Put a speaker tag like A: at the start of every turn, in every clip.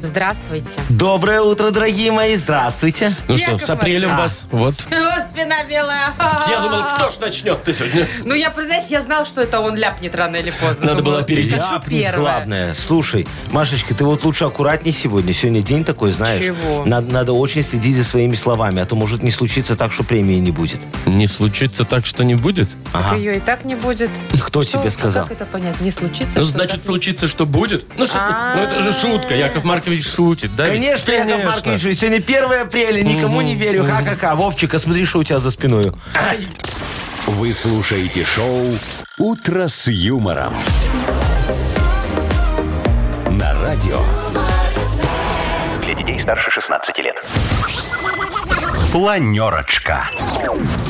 A: Здравствуйте.
B: Доброе утро, дорогие мои. Здравствуйте.
C: Ну
A: Яков
C: что, с апрелем
B: Маркович.
C: вас. Вот.
A: О, спина белая.
C: Я думал, кто ж начнет ты сегодня?
A: Ну, я, знаешь, я знал, что это он ляпнет рано или поздно.
C: Надо было опередить.
A: скажу
B: Ляпнет,
A: первое.
B: главное. Слушай, Машечка, ты вот лучше аккуратней сегодня. Сегодня день такой, знаешь.
A: Чего?
B: Надо, надо очень следить за своими словами, а то может не случиться так, что премии не будет.
C: Не случится так, что не будет?
A: Так
B: Ага.
A: ее и так не будет.
B: Кто
A: Что-
B: тебе сказал?
A: Как это понять? Не случится,
C: Ну,
A: что
C: значит,
A: так-
C: случится, что будет. Ну, с-
A: А.
C: ну, это же шутка. Яков Маркович шутит, да? ведь?
B: Конечно, Яков
C: Конечно.
B: Маркович, сегодня 1 апреля, никому не верю. Ха-ха-ха. Вовчик, а смотри, что у тебя за спиной.
D: Вы слушаете шоу «Утро с юмором». На радио. Для детей старше 16 лет. Планерочка.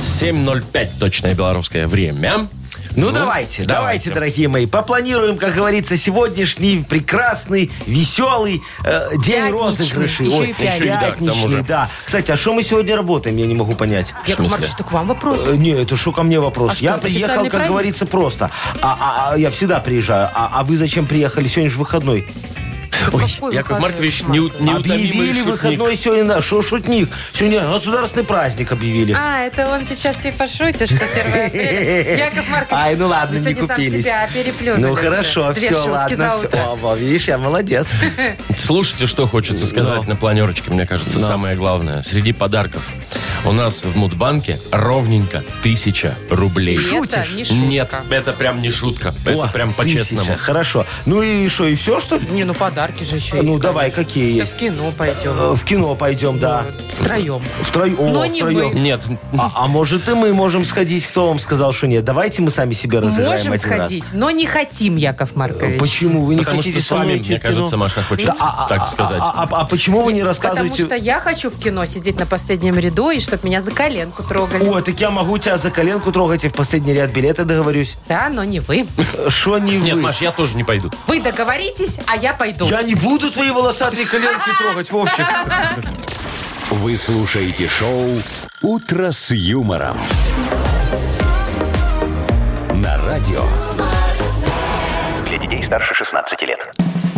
C: 7.05 точное белорусское время.
B: Ну, давайте, давайте, дорогие мои, попланируем, как говорится, сегодняшний прекрасный, веселый э, день
A: Пятничный.
B: розыгрышей.
A: Еще и пятничный.
C: Еще и да, к тому
B: пятничный,
C: же.
B: да. Кстати, а что мы сегодня работаем, я не могу понять.
A: Яков
C: смысле?
A: Маркович, что к вам вопрос?
B: Э, Не, это что ко мне вопрос?
A: А что,
B: я
A: это
B: приехал,
A: официальный
B: как
A: праздник?
B: говорится, просто. А, а- а я всегда приезжаю. А, а вы зачем приехали? Сегодня же выходной.
C: Ой,
A: Какой
C: Яков
A: выходной,
C: Маркович,
A: Яков
C: не,
A: Маркович?
C: неутомимый
B: объявили
C: шутник.
B: выходной сегодня. на- Что шутник? Сегодня государственный праздник объявили.
A: А, это он сейчас типа шутит, что 1 апреля. Яков Маркович,
B: Ай, ну ладно,
A: вы
B: не
A: сегодня
B: купились.
A: сам себя переплюнули
B: ну
A: уже.
B: хорошо,
A: Две
B: все,
A: шутки за
B: ладно. всё.
A: утро.
B: О, во, видишь, я молодец.
C: Слушайте, что хочется сказать на планерочке, мне кажется, самое главное. Среди подарков у нас в Мудбанке ровненько тысяча рублей.
A: И это не шутка.
C: Нет, это прям не шутка.
B: О,
C: это прям по-честному.
B: тысяча, Хорошо. Ну и что, и все, что ли?
A: Не, ну подарки же еще
B: Ну
A: есть,
B: давай, Э, какие
A: конечно. Да
B: есть?
A: в кино пойдем.
B: Э, В кино пойдем, да.
A: Втроем.
B: Втроем.
A: Но не мы.
C: Нет,
B: А, а может и мы можем сходить? Кто вам сказал, что нет? Давайте мы сами себе разыграем
A: Можем
B: один раз.
A: сходить, но не хотим, Яков Маркович.
B: Почему вы не
C: потому
B: хотите
C: что с
B: со мной
C: вами,
B: идти
C: мне
B: в кино?
C: кажется, Маша хочет
B: Да, а- а-
C: так
B: а-
C: сказать.
B: А, а- а почему вы не
A: Потому
B: рассказываете?
A: что я хочу в кино сидеть на последнем ряду и чтобы меня за коленку трогали.
B: О, так я могу тебя за коленку трогать и в последний ряд билета договорюсь.
A: Да, но не вы.
B: Что не
C: Нет, ну
B: вы?
C: Маш, я тоже не пойду.
A: Вы договоритесь, а я пойду.
B: Я не буду твои волосатые коленки трогать, Вовчик.
D: Вы слушаете шоу «Утро с юмором». На радио. Для детей старше 16 лет.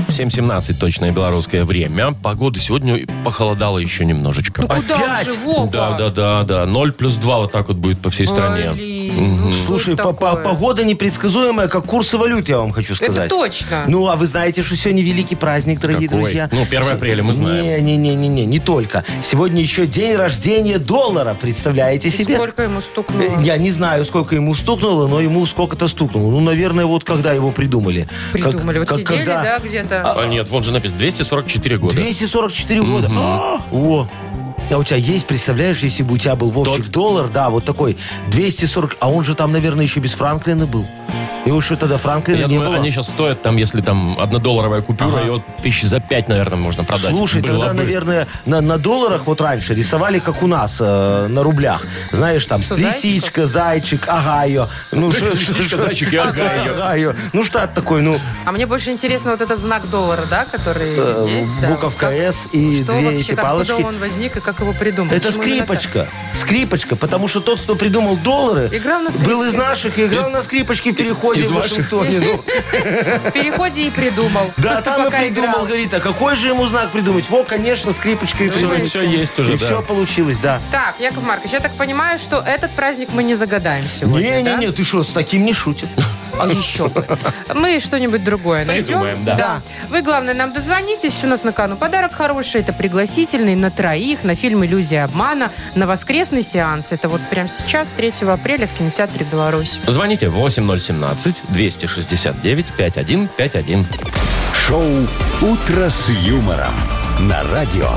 C: 7.17 точное белорусское время. Погода сегодня похолодала еще немножечко.
A: Ну куда
B: Опять?
A: же, Вова?
C: Да, да, да, да. 0 плюс 2 вот так вот будет по всей стране.
A: Блин, ну что
B: Слушай,
A: ж
B: по- по-
A: такое?
B: погода непредсказуемая, как курсы валют, я вам хочу сказать.
A: Это точно.
B: Ну, а вы знаете, что сегодня великий праздник, дорогие
C: Какой?
B: друзья.
C: Ну, 1 апреля, мы знаем.
B: Не-не-не-не, не только. Сегодня еще день рождения доллара, представляете
A: И
B: себе?
A: Сколько ему стукнуло?
B: Э, Я не знаю, сколько ему стукнуло, но ему сколько-то стукнуло. Ну, наверное, вот когда его придумали. Как-
A: Придумали. вот
B: как-
A: сидели,
B: когда-
A: да, где-то.
C: А нет, вон же написано 244 года.
B: 244 года. А, О! А у тебя есть, представляешь, если бы у тебя был Вовчик
C: Тот?
B: доллар, да, вот такой, 240, а он же там, наверное, еще без Франклина был. И уж тогда Франклина
C: Я
B: не
C: думаю,
B: было.
C: они сейчас стоят там, если там однодолларовая
B: Ага.
C: купюра, ее тысяч за пять, наверное, можно продать.
B: Слушай,
C: Было
B: тогда,
C: бы.
B: наверное, на, на долларах вот раньше рисовали, как у нас, э, на рублях. Знаешь, там,
A: Что,
B: лисичка, зайчик, агайо. Ну, что-
C: Лисичка,
B: что-
C: зайчик и агайо.
B: Агайо. Ну, штат такой, ну,
A: А мне больше интересно вот этот знак доллара, да, который
B: э,
A: есть. да.
B: буковка
A: Как-
B: «С» и
A: Что
B: две
A: вообще,
B: эти
A: как-
B: палочки.
A: Откуда он возник и как его придумали?
B: Это
A: Почему именно так?
B: скрипочка. Скрипочка, потому что тот, кто придумал доллары,
A: Играл на скрипке.
B: был из наших и играл на скрипочке в переходе
C: Из
B: в
C: ваших?
B: Вашингтоне. Ну,
A: В переходе и придумал.
B: да, там и
A: Пока
B: придумал,
A: играл.
B: говорит, а какой же ему знак придумать? Во, конечно, скрипочка и
C: Ну, и
B: все.
C: все есть уже,
B: И
C: да.
B: все получилось, да.
A: Так, Яков Маркович, я так понимаю, что этот праздник мы не загадаем сегодня, да?
B: Не-не-не, ты что, с таким не шутит?
A: А еще бы. Мы что-нибудь другое
C: Придумаем,
A: найдем.
C: да.
A: Вы, главное, нам дозвонитесь. У нас на кону подарок хороший. Это пригласительный на троих на фильм «Иллюзия обмана» на воскресный сеанс. Это вот прямо сейчас, 3 апреля в кинотеатре «Беларусь».
C: Звоните 8017-269-5151.
D: Шоу «Утро с юмором» на радио.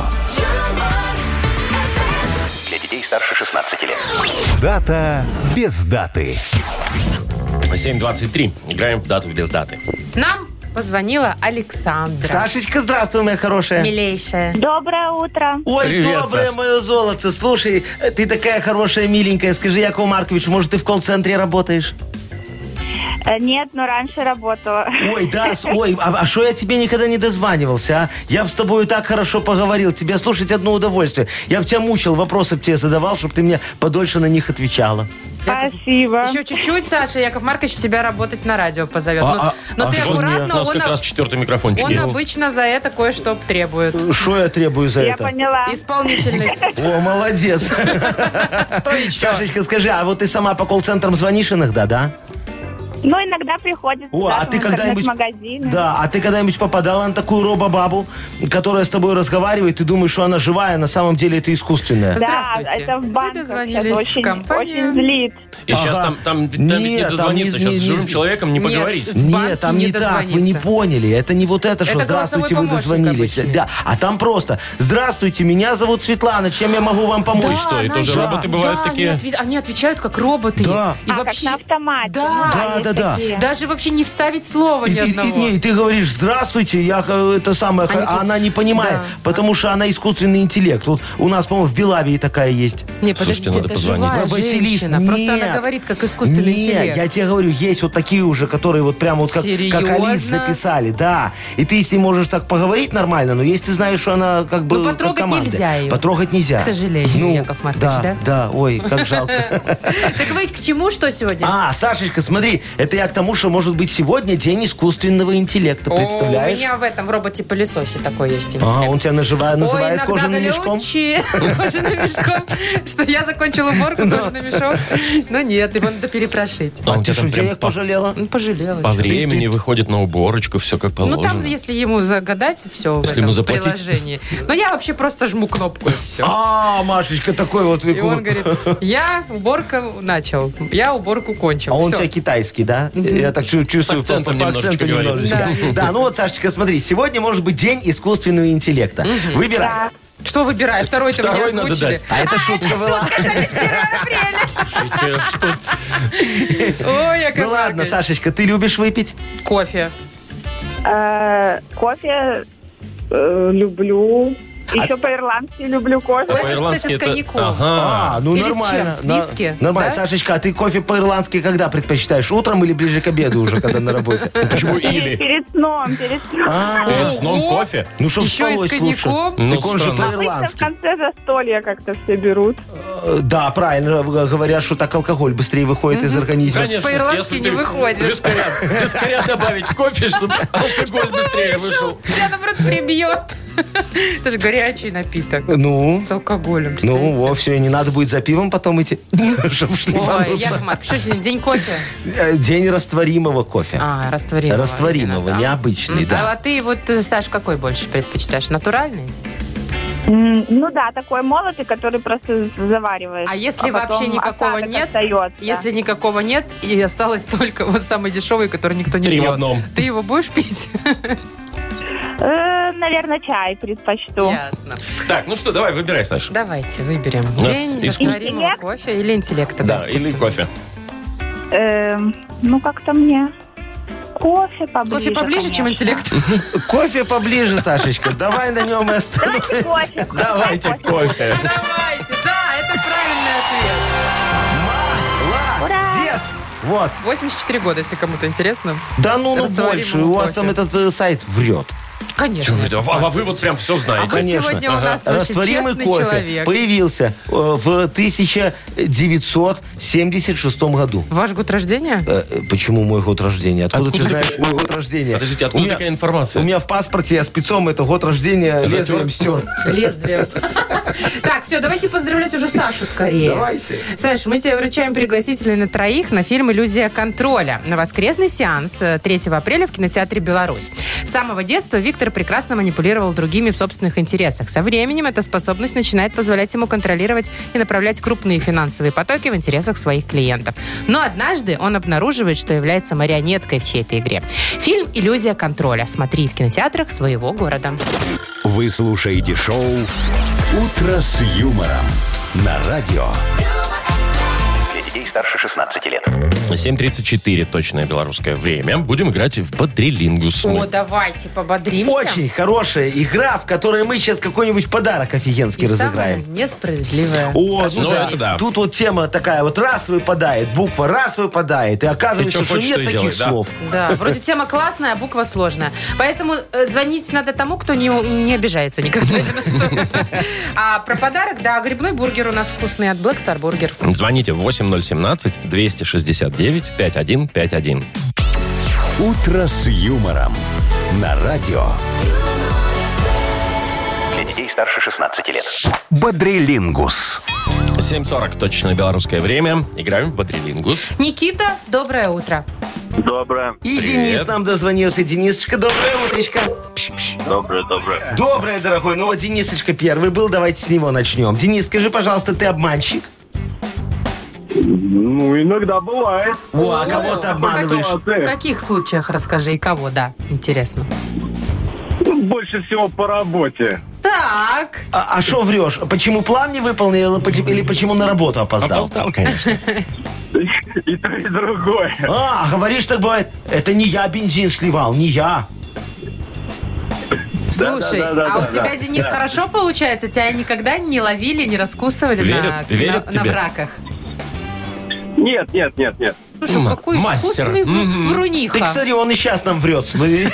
D: Для детей старше 16 лет. Дата без даты.
C: 723. Играем в дату без даты.
A: Нам позвонила Александра.
B: Сашечка, здравствуй, моя хорошая.
A: Милейшая.
E: Доброе утро.
B: Ой,
C: Привет,
B: доброе
C: Саш.
B: мое золото. Слушай, э, ты такая хорошая, миленькая. Скажи, Яков Маркович, может, ты в колл-центре работаешь?
E: Э, Нет, но раньше работала.
B: Ой, да, с- ой, а что я тебе никогда не дозванивался, а? Я бы с тобой так хорошо поговорил. Тебе слушать одно удовольствие. Я бы тебя мучил, вопросы бы тебе задавал, чтобы ты мне подольше на них отвечала.
E: Спасибо.
A: Еще чуть-чуть, Саша, Яков Маркович тебя работать на радио позовет.
B: А,
A: но
B: а,
A: но
B: а
A: ты
B: что
C: у
A: аккуратно,
C: нас
A: он,
C: как
A: об-
C: раз четвертый микрофончик
A: он
C: есть.
A: обычно за это кое-что требует.
B: Что я требую за
E: Я
B: это?
E: поняла.
A: Исполнительность.
B: О, молодец.
A: Что еще?
B: Сашечка, скажи, а вот ты сама по колл-центрам звонишь иногда, да?
E: Ну, иногда приходится.
B: О,
E: да,
B: а
E: там
B: ты когда-нибудь...
E: интернет-магазины.
B: Да, а ты когда-нибудь попадала на такую робобабу, которая с тобой разговаривает, ты думаешь, что она живая, а на самом деле это искусственная?
E: Да,
A: Здравствуйте.
E: это
A: Вы
E: в банках. сейчас
A: дозвонились в
E: очень,
A: компанию.
E: очень злит.
C: И сейчас
B: Ага.
C: там, там, там ведь
B: Нет,
C: не
B: там
C: дозвониться,
B: не-
C: сейчас
B: не-
C: с
B: не-
C: живым человеком не
A: Нет.
C: поговорить.
A: в банке
B: Нет, А там
A: не
B: не так, вы не
A: дозвониться.
B: поняли. Это не вот это, что
A: Это голосовой
B: здравствуйте, вы
A: помощник
B: дозвонились.
A: обычный.
B: Да, а там просто здравствуйте, меня зовут Светлана, чем я могу вам помочь?
C: и что, и
A: она
C: тоже
A: же-
C: роботы бывают
A: Да,
C: такие?
A: Они, отве- они отвечают как роботы.
B: Да.
A: И
E: а,
A: вообще...
E: как на автомате.
A: Да.
E: Ну,
B: Да,
E: есть
B: да, да.
E: такие.
A: Даже вообще не вставить слова
B: И,
A: ни
B: и- и-
A: одного.
B: не, и ты говоришь, здравствуйте, я э, это самое,
A: Они
B: а
A: тут-
B: она не понимает,
A: Да.
B: потому что она искусственный интеллект. Вот у нас, по-моему, в Белавии такая есть.
A: Не,
C: Слушайте,
A: подождите,
C: надо
A: это
C: позвонить.
A: живая
B: Про
A: А, женщина.
B: Василису.
A: Просто она
B: Нет.
A: говорит, как искусственный
B: Не,
A: интеллект.
B: я тебе говорю, есть вот такие уже, которые вот прям вот как, как Алис
A: Серьезно?
B: записали, да. И ты с ней можешь так поговорить нормально, но если ты знаешь, что она как бы
A: Ну,
B: как
A: потрогать
B: команда.
A: нельзя ее.
B: Потрогать нельзя. Ну,
A: К сожалению, Яков Маркович, да?
B: да? ой, как жалко.
A: Так вы к чему что сегодня?
B: А, Сашечка, смотри, это я к тому, что может быть сегодня день искусственного интеллекта,
A: О,
B: А, представляешь?
A: У меня в этом роботе-пылесосе такой есть
B: А,
A: интеллект.
B: он тебя нажива- называет кожаным мешком?
A: мешком. кожаным мешком. Что я закончила уборку,
B: Ну.
A: кожаный мешок. Но нет, его надо перепрошить.
C: А у
B: Ты
C: тебя
B: что,
C: там прям
B: денег
C: по,
B: пожалела?
A: Ну, пожалела.
C: по
A: чё.
C: времени выходит на уборочку, все как
A: Ну,
C: положено.
A: там, если ему загадать, все в
C: Если
A: этом
C: ему заплатить.
A: приложении. Но я вообще просто жму кнопку, и все.
B: А, Машечка, такой вот.
A: И он говорит, я уборку начал, я уборку кончил.
B: А он у
A: Всё.
B: тебя китайский, да? Я так чу- чувствую по-
C: акцентом
B: по,
C: немножечко
B: акценту
C: говорит.
B: немножечко. Да, ну вот, Сашечка, смотри, сегодня может быть день искусственного интеллекта. Выбирай.
A: Что выбирай? Второй-то
C: Второй
A: мне
C: надо
A: озвучили.
C: дать.
B: А это шутка была.
C: Слушайте, что-
A: Ой, я
B: Ну ладно, Сашечка, ты любишь выпить?
A: Кофе.
E: Э, кофе э, люблю.
B: А
E: Еще по-ирландски люблю кофе.
A: Это,
C: по-ирландски
A: кстати, с
C: это-
A: коньяком.
C: Ага.
B: ну
A: Или с чем? С
B: На-
A: виски?
B: Нормально.
A: Да?
B: Сашечка, а ты кофе по-ирландски когда предпочитаешь? Утром или ближе к обеду уже, когда на работе?
C: Почему
E: Перед,
C: или?
E: перед сном, перед сном.
B: А,
C: Перед сном
A: Ого.
C: кофе?
B: Ну, чтоб
A: Еще и с
B: спалось лучше.
A: коньяком.
C: Ну,
B: Так он же
C: странно.
E: Обычно в
B: по-ирландски.
E: конце застолья как-то все берут.
B: Э, Да, правильно э, говорят, что так алкоголь быстрее выходит из организма.
C: Конечно,
A: По-ирландски
C: если
A: не
C: ты
A: выходит.
C: Вискаря, вискаря добавить в кофе, чтобы алкоголь быстрее вышел.
A: Тебя, наоборот, прибьет. Это же горячий напиток.
B: Ну,
A: С алкоголем,
B: ну,
A: представляете?
B: во, все, и не надо будет за пивом потом идти, чтобы
A: Ой,
B: шлифануться.
A: Яков Марк, что сегодня, день кофе?
B: Э, День растворимого кофе.
A: А, растворимого.
B: Растворимого,
A: именно, да.
B: необычный,
A: М,
B: да.
A: А ты вот, э, Саш, какой больше предпочитаешь? Натуральный?
E: М, Ну да, такой молотый, который просто заваривает.
A: А если вообще никакого нет? Если никакого нет, и осталось только вот самый дешевый, который никто не
C: Три в
A: пьет.
C: одном.
A: Ты его будешь пить?
E: Э, наверное, чай предпочту.
A: Ясно.
C: Так, ну что, давай, выбирай, Саш.
A: Давайте выберем
C: У нас
A: день
C: искусство-
A: растворимого
E: Интеллект?
A: кофе или интеллекта.
C: Да, или
A: искусственного.
C: кофе.
E: Эм, ну, как-то мне кофе поближе.
A: Кофе поближе, чем
E: конечно.
A: интеллект?
B: Кофе поближе, Сашечка. Давай на нем и остановимся.
E: Давайте кофе.
C: Давайте кофе.
A: Давайте, да, это правильный ответ.
B: Молодец! Вот.
A: 84 года, если кому-то интересно.
B: Да ну, ну
A: Растворимого
B: больше. У вас
A: кофе.
B: там этот э, сайт врет.
A: Конечно.
C: А а вы вот прям все
A: А
C: знаете.
A: вы
B: конечно.
A: сегодня у
C: Ага.
A: нас вообще
B: Растворимый
A: честный
B: кофе
A: человек.
B: появился э, в 1976 году.
A: Ваш год рождения?
B: Э, э, Почему мой год рождения? Откуда,
C: Откуда
B: ты
C: такая-
B: знаешь мой год рождения?
C: Подождите, откуда
B: У меня-
C: такая информация?
B: У меня в паспорте я спецом это год рождения
C: Затер.
B: лезвием стер.
A: Лезвие. Так, все, давайте поздравлять уже Сашу скорее.
B: Давайте.
A: Саш, мы тебе вручаем пригласительные на троих на фильм «Иллюзия контроля» на воскресный сеанс э, 3 апреля в кинотеатре «Беларусь». С самого детства Виктор прекрасно манипулировал другими в собственных интересах. Со временем эта способность начинает позволять ему контролировать и направлять крупные финансовые потоки в интересах своих клиентов. Но однажды он обнаруживает, что является марионеткой в чьей-то игре. Фильм «Иллюзия контроля». Смотри в кинотеатрах своего города.
D: Вы слушаете шоу «Утро с юмором» на радио. Для детей детей старше 16 лет.
C: 7.34 точное белорусское время. Будем играть в Бодрилингус.
A: О, давайте пободримся.
B: Очень хорошая игра, в которой мы сейчас какой-нибудь подарок офигенский
A: И самое
B: разыграем.
A: несправедливое.
B: О,
C: Ну,
B: ну да.
C: это да.
B: Тут вот тема такая, вот раз выпадает, буква раз выпадает, и оказывается,
C: чё
B: что
C: хочешь,
B: нет
C: то и
B: таких
C: делай, да.
B: слов.
A: Да, вроде тема классная, а буква сложная. Поэтому э, звонить надо тому, кто не, не обижается никогда. ни на что. А про подарок, да, грибной бургер у нас вкусный от Black Star Burger.
C: Звоните 8017-269-5151.
D: Утро с юмором. На радио. Для детей старше 16 лет. Бодрилингус.
C: 7.40 точное белорусское время. Играем в Бодрилингус.
A: Никита, доброе утро.
F: Доброе,
B: И
C: Привет.
B: Денис нам дозвонился. Денисочка, доброе утречко.
F: доброе, доброе.
B: Доброе, дорогой. Ну вот Денисочка первый был, давайте с него начнем. Денис, скажи, пожалуйста, ты обманщик?
F: Ну, иногда бывает. Ну,
B: О, а кого ты
A: В каких,
B: обманываешь?
A: в каких случаях расскажи и кого, да, интересно.
F: Больше всего по работе.
A: Так,
B: А что врешь? Почему план не выполнил или поч- или почему на работу опоздал?
C: Опоздал, А конечно.
F: И то, и другое.
B: А, говоришь, так бывает. Это не я бензин сливал, не я.
A: слушай,
F: да, да,
A: а
F: да,
A: у тебя, Денис, хорошо получается? Тебя никогда не ловили, не раскусывали
C: Верят-
A: на,
C: верят
A: на- на
C: тебе?
A: враках?
F: Нет, нет, нет, нет.
A: Слушай,
C: М,
A: какой
C: мастер.
A: искусный вру-
C: Мгм.
A: вруниха.
B: Ты, кстати, он и сейчас нам врет. смотри.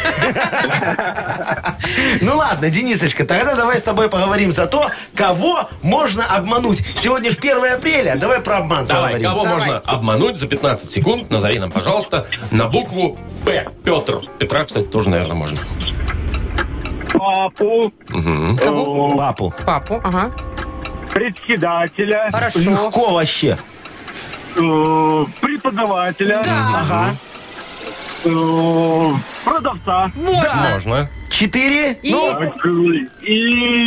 B: Ну ладно, Денисочка, тогда давай с тобой поговорим за то, кого можно обмануть. Сегодня же 1 апреля, давай про обман
C: Давай,
B: поговорим.
C: кого
A: Давайте.
C: можно обмануть за 15 секунд? Назови нам, пожалуйста, на букву П. Петр. Петра, кстати, тоже, наверное, можно.
F: Папу,
C: Мгм.
A: Кого?
B: Папу.
A: Папу, ага.
F: председателя,
A: Хорошо.
B: Легко вообще.
F: э, преподавателя,
A: Да,
B: Ага.
F: э, продавца.
A: Ну.
F: э,
A: можно.
C: Можно.
B: Четыре. Ну,
A: И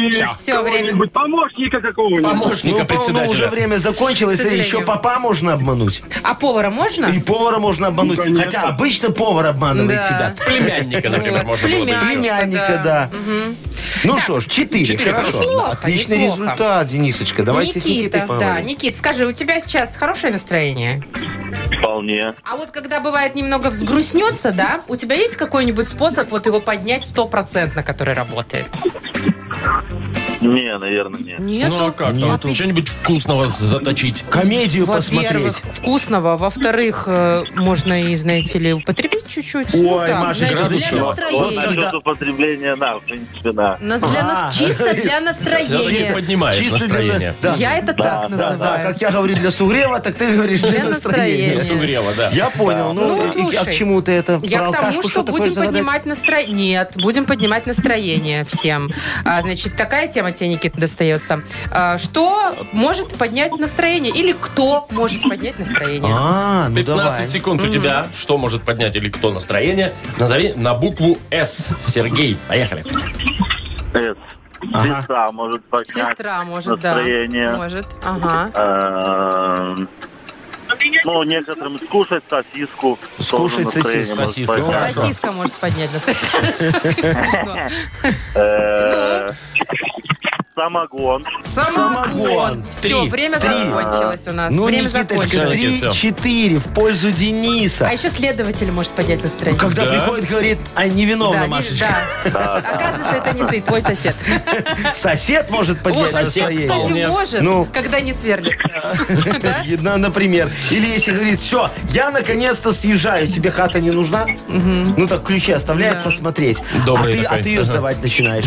F: И
A: Всё, время.
F: кого-нибудь, помощника какого-нибудь.
B: Ну,
C: Помощника
B: по-моему, уже
C: председателя.
B: время закончилось,
A: К
B: и
A: сожалению.
B: еще папа можно обмануть.
A: А повара можно?
B: И повара можно обмануть.
F: Ну, конечно.
B: Хотя обычно повар обманывает
A: Да.
B: тебя.
C: Племянника, например,
A: Вот,
C: можно было бы
A: племянник.
C: еще.
B: Племянника, да. Ну что ж, четыре.
C: Четыре,
B: Хорошо.
A: неплохо,
B: Отличный
A: неплохо.
B: результат, Денисочка. Давайте с Никитой
A: Никита, да,
B: поговорим.
A: Никит, скажи, у тебя сейчас хорошее настроение?
F: Вполне.
A: А вот когда бывает немного взгрустнется, да, у тебя есть какой-нибудь способ вот его поднять стопроцентно, который работает?
F: Не, наверное, нет.
A: Нет.
C: Ну, а как
B: Нету.
C: там? Что-нибудь вкусного заточить.
B: Комедию
A: Во-первых,
B: посмотреть.
A: вкусного, во-вторых, э, можно и, знаете ли, употребить чуть-чуть.
B: Ой,
A: Ну, так,
B: Машечка,
A: знаете,
C: градусник.
A: для
F: Вот
A: настроения.
F: насчет
B: Когда-
F: употребления, да, в принципе, да.
A: На- для нас-
B: А.
A: чисто для
C: Все-таки
A: настроения.
C: поднимает
B: Чисто для-
C: настроение.
B: Да,
A: Я это так
F: да,
B: да, да,
A: называю.
B: как я говорю для сугрева, так ты говоришь для,
A: Для настроения.
B: настроения.
C: Сугрело, да.
B: Я понял. Ну,
A: Ну,
B: и- и- а к
A: слушай,
B: чему ты это?
A: Я
B: про
A: к тому,
B: алкашку
A: что
B: такое
A: будем
B: загадать?
A: поднимать настроение. Нет, будем поднимать настроение всем. А, значит, такая тема тебе, Никита, достается. А, что может поднять настроение? Или кто может поднять настроение?
B: А, ну
C: 15
B: давай.
C: секунд у тебя. Что может поднять или кто настроение? Назови на букву С. Сергей, поехали.
F: Эс.
B: Ага.
F: Сестра может поднять.
A: Сестра может,
F: настроение.
A: да. Может, ага.
F: Эм, Ну, некоторым скушать сосиску. тоже
B: Скушать
F: настроение
B: сосиску.
F: может поднять.
C: Сосиску. Хорошо.
A: Сосиска может поднять настроение. Смешно.
F: Э, Самогон.
B: Самогон.
A: Все,
C: Три.
A: время
B: Три.
A: закончилось у нас.
B: Ну,
A: Время
B: Никиточка,
A: закончилось.
C: Всё, всё.
B: 3-4 в пользу Дениса.
A: А еще следователь может поднять настроение.
B: Когда
C: Да?
B: приходит, говорит, а
A: Да,
B: невиновна
A: не-
B: Машечка.
A: да. Оказывается, это не ты, твой сосед.
B: Сосед может
A: Вот,
B: поднять
C: сосед,
B: настроение.
C: вполне.
A: кстати, может,
B: Ну.
A: когда не сверлит. Да?
B: Ну, Например. Или если говорит, все, я наконец-то съезжаю, тебе хата не нужна. Ну так ключи оставляет
A: Да.
B: посмотреть.
C: Добрый
B: а ты,
C: такой.
B: а ты ее
C: Ага.
B: сдавать начинаешь.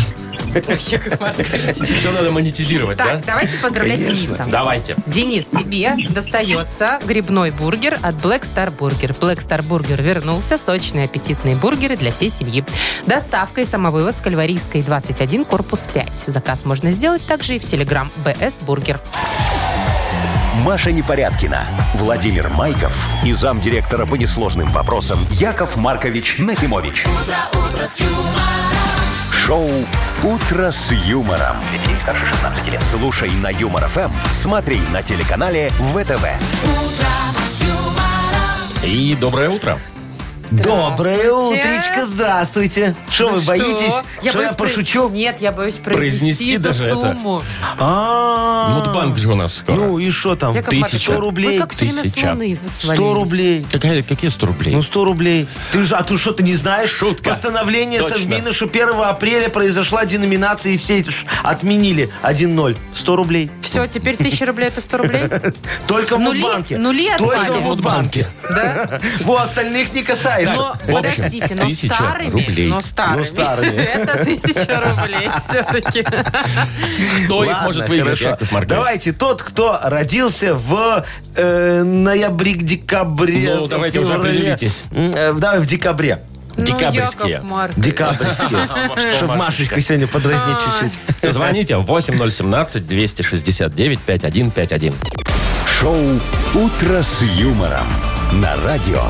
A: Яков Маркович.
C: Все надо монетизировать, да?
A: Так, давайте поздравлять Дениса.
C: Давайте.
A: Денис, тебе достается грибной бургер от Black Star Burger. Black Star Burger вернулся. Сочные, аппетитные бургеры для всей семьи. Доставка и самовывоз с Кальварийской 21, корпус 5. Заказ можно сделать также и в Telegram BS Бургер.
D: Маша Непорядкина, Владимир Майков и замдиректора по несложным вопросам Яков Маркович Нахимович. Шоу Утро с юмором. Для детей старше 16 лет. Слушай на юмор ФМ, смотри на телеканале ВТВ.
C: И доброе утро.
B: Доброе
A: Здравствуйте. Ну
B: утречко, здравствуйте. Что вы
A: Что?
B: боитесь, что я
A: боюсь про-
B: пошучу?
A: Нет, я боюсь произнести,
C: Произнести
A: эту
C: даже это.
A: сумму.
B: А,
C: Мудбанк же у нас скоро.
B: Ну и что там?
A: Яков
C: Тысяча.
A: Маркович,
B: 100
A: Вы
B: рублей,
A: как все время с
C: тысяча.
A: луны
B: 100 рублей.
C: Какая, какие 100 рублей?
B: Ну, 100 рублей. Ты же, а ты что, ты не знаешь?
C: Шутка.
B: Постановление
C: Точно.
B: Совмина, что 1 апреля произошла деноминация, и все ш- отменили 1-0. 100 рублей.
A: Все, теперь тысяча рублей это 100 рублей?
B: Только в
A: Нули-
B: Мудбанке.
A: нули
B: Только
A: отпали.
B: в Мудбанке.
A: Да?
B: Во, остальных не касается.
A: Но,
C: в общем,
A: подождите, но
C: тысяча
A: старыми,
C: рублей.
A: но старыми.
B: Ну, старыми.
A: Это тысяча рублей все-таки.
C: Кто их
B: Ладно,
C: может выиграть,
B: хорошо.
C: Яков Маркович?
B: Давайте тот, кто родился в э, ноябре-декабре.
C: Ну, давайте уже
B: феврале.
C: определитесь.
B: М, э, давай в декабре.
C: Декабрьские.
A: Ну, Яков Маркович.
B: Декабрьские. Чтобы Машечка сегодня
A: А,
B: подразнить чуть-чуть.
C: Звоните 8017-269-5151.
D: Шоу «Утро с юмором» на радио.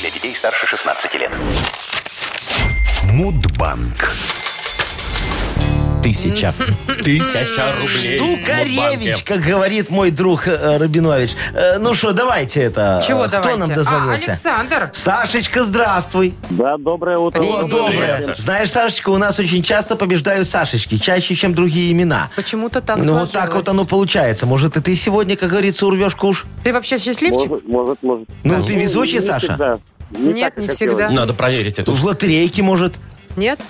G: Для детей старше 16 лет.
D: Мудбанк.
C: Тысяча. Тысяча рублей.
B: Тукаревич, как говорит мой друг э, Рабинович. Э, Ну что, давайте это.
A: Чего
B: э,
A: давайте?
B: Кто нам
A: А,
B: дозвонился?
A: Александр.
B: Сашечка, здравствуй.
F: Да, доброе утро.
B: О,
A: Привет.
B: доброе.
C: Саш.
B: Знаешь, Сашечка, у нас очень часто побеждают Сашечки, чаще, чем другие имена.
A: Почему-то так
B: ну, вот так
A: сложилось.
B: вот оно получается. Может, и ты сегодня, как говорится, урвешь куш?
A: Ты вообще счастливчик?
F: Может, может, может.
B: Ну, ты везучий, Саша?
F: всегда.
A: Нет,
F: так, как
A: не
F: хотелось.
A: всегда.
C: Надо проверить эту
B: В лотерейке, может.
A: Нет?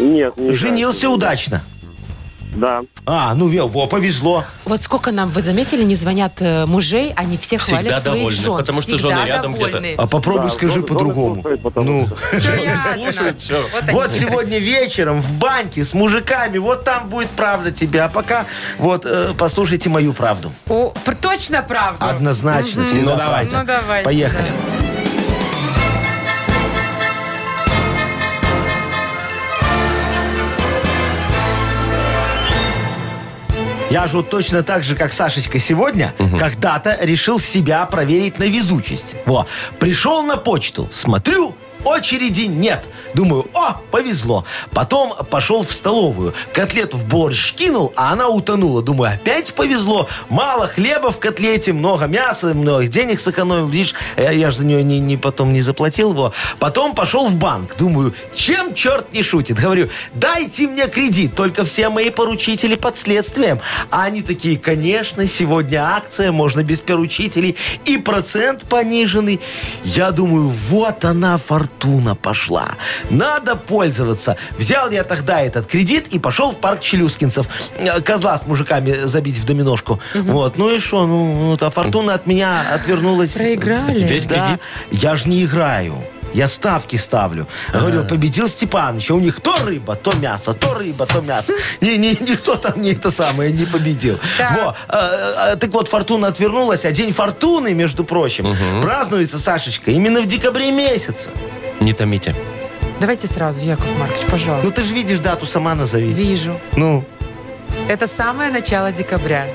F: Нет, не
B: Женился удачно.
F: так. Да.
B: А, ну, ве- во, повезло.
A: Вот сколько нам, вы заметили, не звонят э, мужей, они все
C: Всегда
A: хвалят своих
C: довольны,
A: жен.
C: потому что
A: Всегда
C: жены рядом А
A: довольны.
B: А попробуй
F: Да,
B: скажи
F: зоны- зоны
B: по-другому.
F: слушают, потому
B: Ну.
F: что-
A: Всё ясно.
C: слушают, всё.
A: они
B: Вот
A: прекрасны.
B: сегодня вечером в банке с мужиками, вот там будет правда тебе. А пока вот э, послушайте мою правду.
A: О, пр- точно правда.
B: Однозначно, всегда
C: Ну, давайте.
B: правда.
A: Ну, давайте,
B: Поехали. Я же вот точно так же, как Сашечка сегодня, когда-то решил себя проверить на везучесть. Во. Пришел на почту, смотрю, очереди нет. Думаю, о, повезло. Потом пошел в столовую, котлету в борщ кинул, а она утонула. Думаю, опять повезло. Мало хлеба в котлете, много мяса, много денег сэкономил. Видишь, э, я, же за нее не, не потом не заплатил. Во. Потом пошел в банк. Думаю, чем черт не шутит? Говорю, дайте мне кредит, только все мои поручители под следствием. А они такие, конечно, сегодня акция, можно без поручителей, и процент пониженный. Я думаю, вот она, фортуна пошла. Надо пользоваться. Взял я тогда этот кредит и пошел в парк Челюскинцев. Э, Козла с мужиками забить в доминошку. Вот, ну и что, ну, вот, а фортуна от меня отвернулась.
A: Проиграли.
C: Весь
B: Да,
C: кредит?
B: я же не играю. Я ставки ставлю. Говорю, победил Степаныч. а У них то рыба, то мясо, то рыба, то мясо. Не, не, никто там не это самое не победил.
A: Так.
B: Во. А, а, Так вот, фортуна отвернулась, а День фортуны, между прочим, празднуется, Сашечка, именно в декабре месяце.
C: Не томите.
A: Давайте сразу, Яков Маркович,
B: Ну
A: пожалуйста.
B: ты же видишь дату, сама назови.
A: Вижу.
B: Ну,
A: Это самое начало декабря.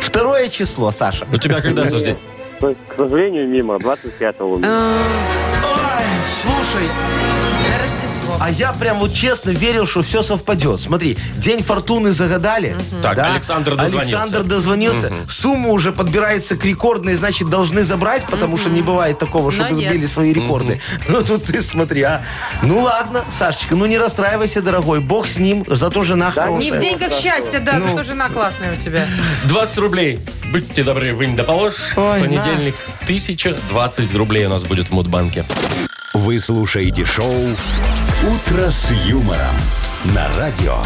B: второе число, Саша.
C: У тебя когда, Саш, день?
F: К к сожалению, мимо. 25-го. у меня.
A: Э,
B: Ой, слушай,
A: на Рождество.
B: а я прям вот честно верил, что все совпадет. Смотри, День фортуны загадали.
C: Так, Александр дозвонился.
B: Александр дозвонился. Сумма уже подбирается к рекордной, значит, должны забрать, потому что не бывает такого, чтобы
A: Но нет.
B: сбили свои рекорды. Ну, тут ты смотри, а. Ну, ладно, Сашечка, ну не расстраивайся, дорогой. Бог с ним, зато жена
A: Не в
B: хорошая.
A: деньгах счастья, да,
B: Ну.
A: зато жена классная у тебя.
C: 20 рублей. Будьте добры, вы не доположь.
B: Ой,
C: Понедельник 1020 рублей у нас будет в Мудбанке.
D: Вы слушаете шоу «Утро с юмором» на радио.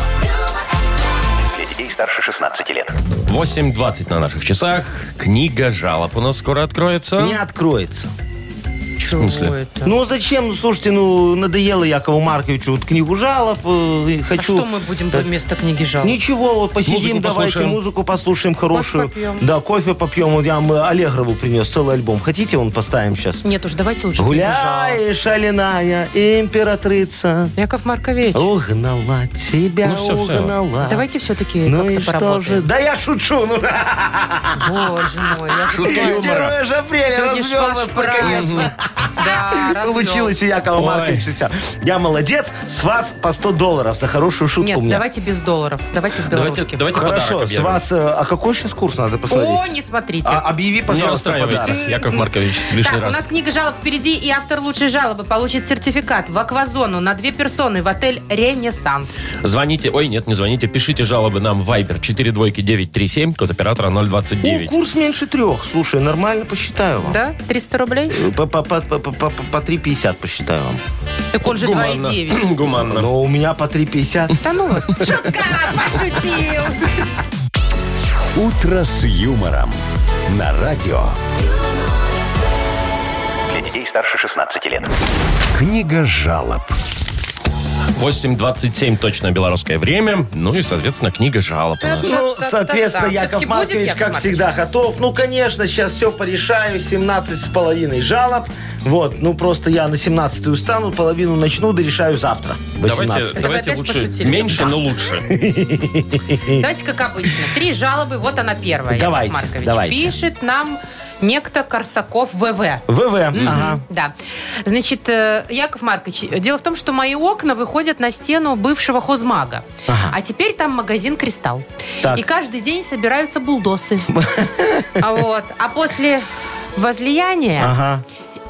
G: Для детей старше 16 лет.
C: 8.20 на наших часах. Книга жалоб у нас скоро откроется.
B: Не откроется.
A: Чего
C: смысле?
A: это?
B: Ну зачем? Ну, Слушайте, ну надоело Якову Марковичу вот книгу жалоб. э, и
A: А
B: хочу.
A: что мы будем вместо книги жалоб?
B: Ничего, вот посидим,
C: Музыку
B: давайте
C: послушаем.
B: музыку послушаем хорошую.
A: Кофе попьем.
B: Да, кофе попьем. Вот я вам э, Аллегрову принес целый альбом. Хотите, он поставим сейчас?
A: Нет уж, давайте лучше книгу жалоб.
B: Гуляешь, шалиная императрица,
A: Яков Маркович,
B: угнала тебя,
C: Ну всё, всё.
B: угнала.
A: давайте все-таки
B: ну и
A: как-то
B: что же?
A: поработаем.
B: Да я шучу, ну
A: Боже мой, я забываю.
C: юмора.
B: первое же апреля
A: Сегодня ж
B: развел
A: ваш
B: нас
A: праздник. А,
B: наконец-то.
A: Да, развел.
B: Получилось у Якова
C: Ой.
B: Марковича все. Я молодец, с вас по 100 долларов за хорошую шутку
A: Нет,
B: у меня.
A: давайте без долларов. Давайте в
C: Давайте,
A: белорусских.
C: давайте
B: Хорошо,
C: подарок
B: с
C: объявим.
B: вас... э, А какой сейчас курс надо
A: О,
B: посмотреть?
A: не смотрите.
B: А,
A: Ну,
B: объяви,
C: Не
B: пожалуйста, подарок.
C: расстраивайтесь, Яков Маркович, лишний
A: так, у
C: раз.
A: нас книга жалоб впереди, и автор лучшей жалобы получит сертификат в аквазону на две персоны в отель «Ренессанс».
C: Звоните, ой, нет, не звоните, пишите жалобы нам в Viber 42937, код оператора
B: О,
C: 029.
B: курс меньше трех. Слушай, нормально посчитаю вам.
A: Да? 300 рублей?
B: Э, По, по, по, по, по, по- по 3,50 посчитаю вам.
A: Так он же 2,9.
C: Гуманно.
B: Но у меня по 3,50.
A: Да ну вас. Шутка, пошутил.
D: «Утро с юмором» на радио.
G: Для детей старше 16 лет.
D: Книга жалоб.
C: 8.27 точно белорусское время. Ну и, соответственно, книга жалоб у нас.
B: Ну,
A: Да-да-да-да.
B: соответственно,
A: Всё-таки
B: Яков
A: будет
B: Маркович,
A: Яков
B: как
A: Маркович?
B: всегда, готов. Ну, конечно, сейчас все порешаю. 17 с половиной жалоб. Вот, ну просто я на 17 устану, половину начну, дорешаю завтра. 18.
C: Давайте, давайте
A: опять
C: лучше
A: пошутили.
C: меньше, но лучше.
A: Давайте, как обычно, три жалобы. Вот она первая, Яков
B: Давайте,
A: Маркович.
B: давайте.
A: Пишет нам некто Корсаков ВВ.
B: ВВ. Ага.
A: Мгм, Да. Значит, э, Яков Маркович, дело в том, что мои окна выходят на стену бывшего хозмага.
B: Ага.
A: А теперь там магазин «Кристалл».
B: Так.
A: И каждый день собираются булдосы. А Вот. А после возлияния
B: Ага.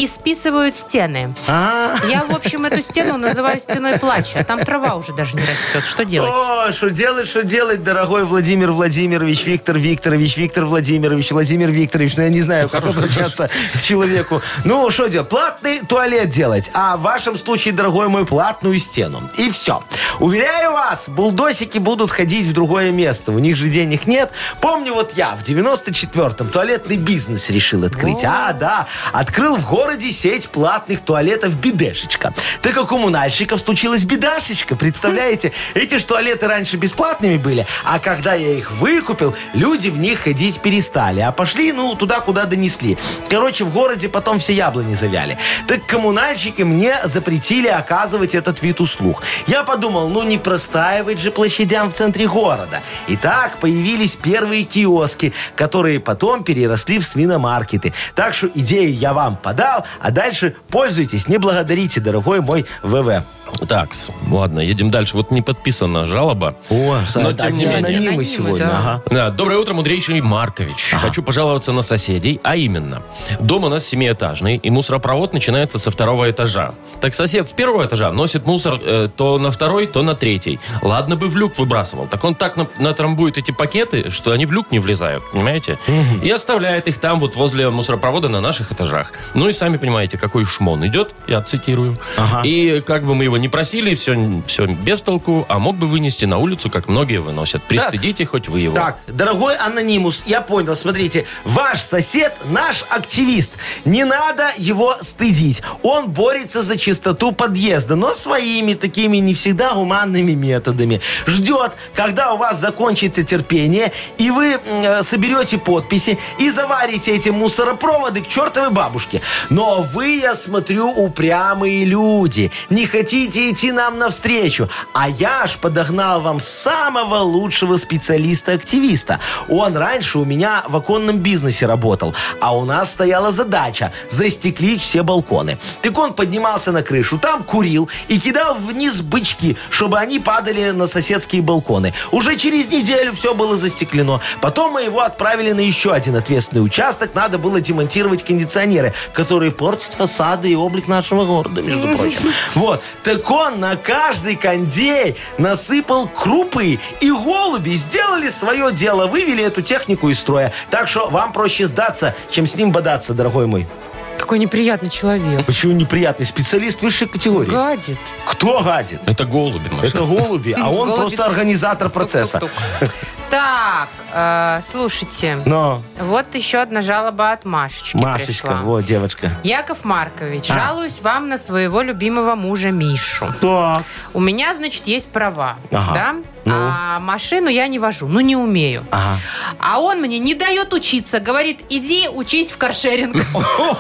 A: исписывают стены.
B: Ага.
A: Я, в общем, эту стену называю стеной плача. А Там трава уже даже не растет. Что делать?
B: О, что делать, что делать, дорогой Владимир Владимирович, Виктор Викторович, Виктор Владимирович, Владимир Викторович. Ну, я не знаю, как обращаться к человеку. Ну, что делать? Платный туалет делать. А в вашем случае, дорогой мой, платную стену. И все. Уверяю вас, булдосики будут ходить в другое место. У них же денег нет. Помню, вот я в 94-м туалетный бизнес решил открыть. А, да. Открыл в городе сеть платных туалетов «Бедешечка». Так как у коммунальщиков случилась бедашечка, представляете? Эти ж туалеты раньше бесплатными были, а когда я их выкупил, люди в них ходить перестали, а пошли, ну, туда, куда донесли. Короче, в городе потом все яблони завяли. Так коммунальщики мне запретили оказывать этот вид услуг. Я подумал, ну, не простаивать же площадям в центре города. И так появились первые киоски, которые потом переросли в свиномаркеты. Так что идею я вам подал, а дальше пользуйтесь, не благодарите, дорогой мой ВВ.
C: Так, ладно, едем дальше. Вот не подписана жалоба.
B: О,
C: Но
B: а
C: тем
B: они
C: не менее.
A: Анонимы,
B: анонимы сегодня.
A: да.
B: ага.
C: Да, доброе утро, мудрейший Маркович. Хочу пожаловаться на соседей, а именно. Дом у нас семиэтажный, и мусоропровод начинается со второго этажа. Так сосед с первого этажа носит мусор э, то на второй, то на третий. Ладно бы в люк выбрасывал. Так он так на- натрамбует эти пакеты, что они в люк не влезают, понимаете? И оставляет их там вот возле мусоропровода на наших этажах. Ну и сами понимаете, какой шмон идет, я цитирую.
B: Ага.
C: И как бы мы его не просили, все, все без толку, а мог бы вынести на улицу, как многие выносят. Пристыдите хоть вы его.
B: Так, дорогой анонимус, я понял, смотрите, ваш сосед наш активист. Не надо его стыдить. Он борется за чистоту подъезда, но своими такими не всегда гуманными методами. Ждет, когда у вас закончится терпение, и вы м, э, соберете подписи и заварите эти мусоропроводы к чертовой бабушке. Но вы, я смотрю, упрямые люди. Не хотите идти нам навстречу. А я ж подогнал вам самого лучшего специалиста-активиста. Он раньше у меня в оконном бизнесе работал. А у нас стояла задача застеклить все балконы. Так он поднимался на крышу, там курил и кидал вниз бычки, чтобы они падали на соседские балконы. Уже через неделю все было застеклено. Потом мы его отправили на еще один ответственный участок. Надо было демонтировать кондиционеры, которые портят фасады и облик нашего города, между прочим. Вот. Так он на каждый кондей насыпал крупы и голуби. Сделали свое дело, вывели эту технику из строя. Так что вам проще сдаться, чем с ним бодаться, дорогой мой.
A: Какой неприятный человек.
B: Почему неприятный специалист высшей категории?
A: Гадит.
B: Кто гадит?
C: Это голуби, Маша.
B: Это голуби, а он
A: Голуби.
B: просто организатор процесса.
A: Тук-тук-тук. Так, э, слушайте.
B: Но,
A: Вот еще одна жалоба от Машечки
B: Машечка,
A: пришла.
B: вот А. девочка.
A: Яков Маркович, жалуюсь вам на своего любимого мужа Мишу.
B: Так.
A: У меня, значит, есть права,
B: Ага.
A: да?
B: Ну.
A: А машину я не вожу, ну не умею.
B: Ага.
A: А он мне не дает учиться, говорит, иди учись в каршеринг.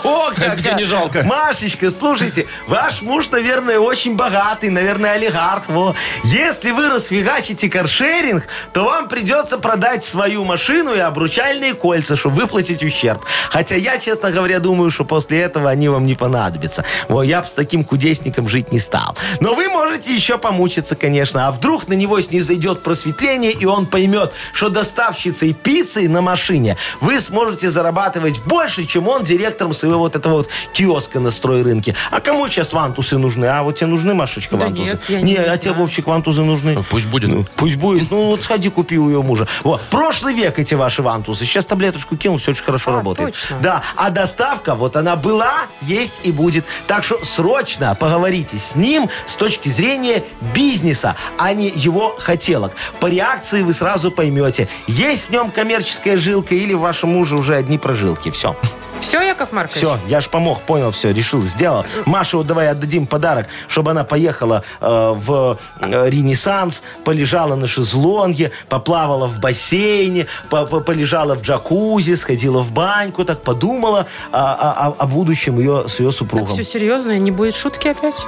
B: О, как
C: Где не жалко.
B: Машечка, слушайте, ваш муж, наверное, очень богатый, наверное, олигарх. Во. Если вы расфигачите каршеринг, то вам придется продать свою машину и обручальные кольца, чтобы выплатить ущерб. Хотя я, честно говоря, думаю, что после этого они вам не понадобятся. Во, я бы с таким кудесником жить не стал. Но вы можете еще помучиться, конечно. А вдруг на него снизойдет просветление, и он поймет, что доставщицей пиццы на машине вы сможете зарабатывать больше, чем он директором своего вот этого вот киоска на стройрынке. А кому сейчас вантусы нужны? А вот тебе нужны, Машечка,
A: Да
B: вантусы?
A: нет, я
B: не,
A: не
B: а
A: знаю.
B: тебе, Вовчик, вантусы нужны?
C: Ну, пусть будет.
B: Ну, пусть будет. Ну, вот сходи, купи у ее мужа. Вот. Прошлый век эти ваши вантусы. Сейчас таблеточку кинул, все очень хорошо
A: А,
B: работает.
A: точно.
B: Да, а доставка, вот она была, есть и будет. Так что срочно поговорите с ним с точки зрения бизнеса, а не его хотелок. По реакции вы сразу поймете, есть в нем коммерческая жилка или в вашем муже уже одни прожилки. Все.
A: Все, Яков Маркович?
B: Все, я ж помог, понял, все, решил, сделал. Маше вот давай отдадим подарок, чтобы она поехала э, в э, Ренессанс, полежала на шезлонге, поплавала в бассейне, по- по- полежала в джакузи, сходила в баньку, так подумала а- а- а- о, будущем ее с ее супругом.
A: Все серьезно, не будет шутки опять?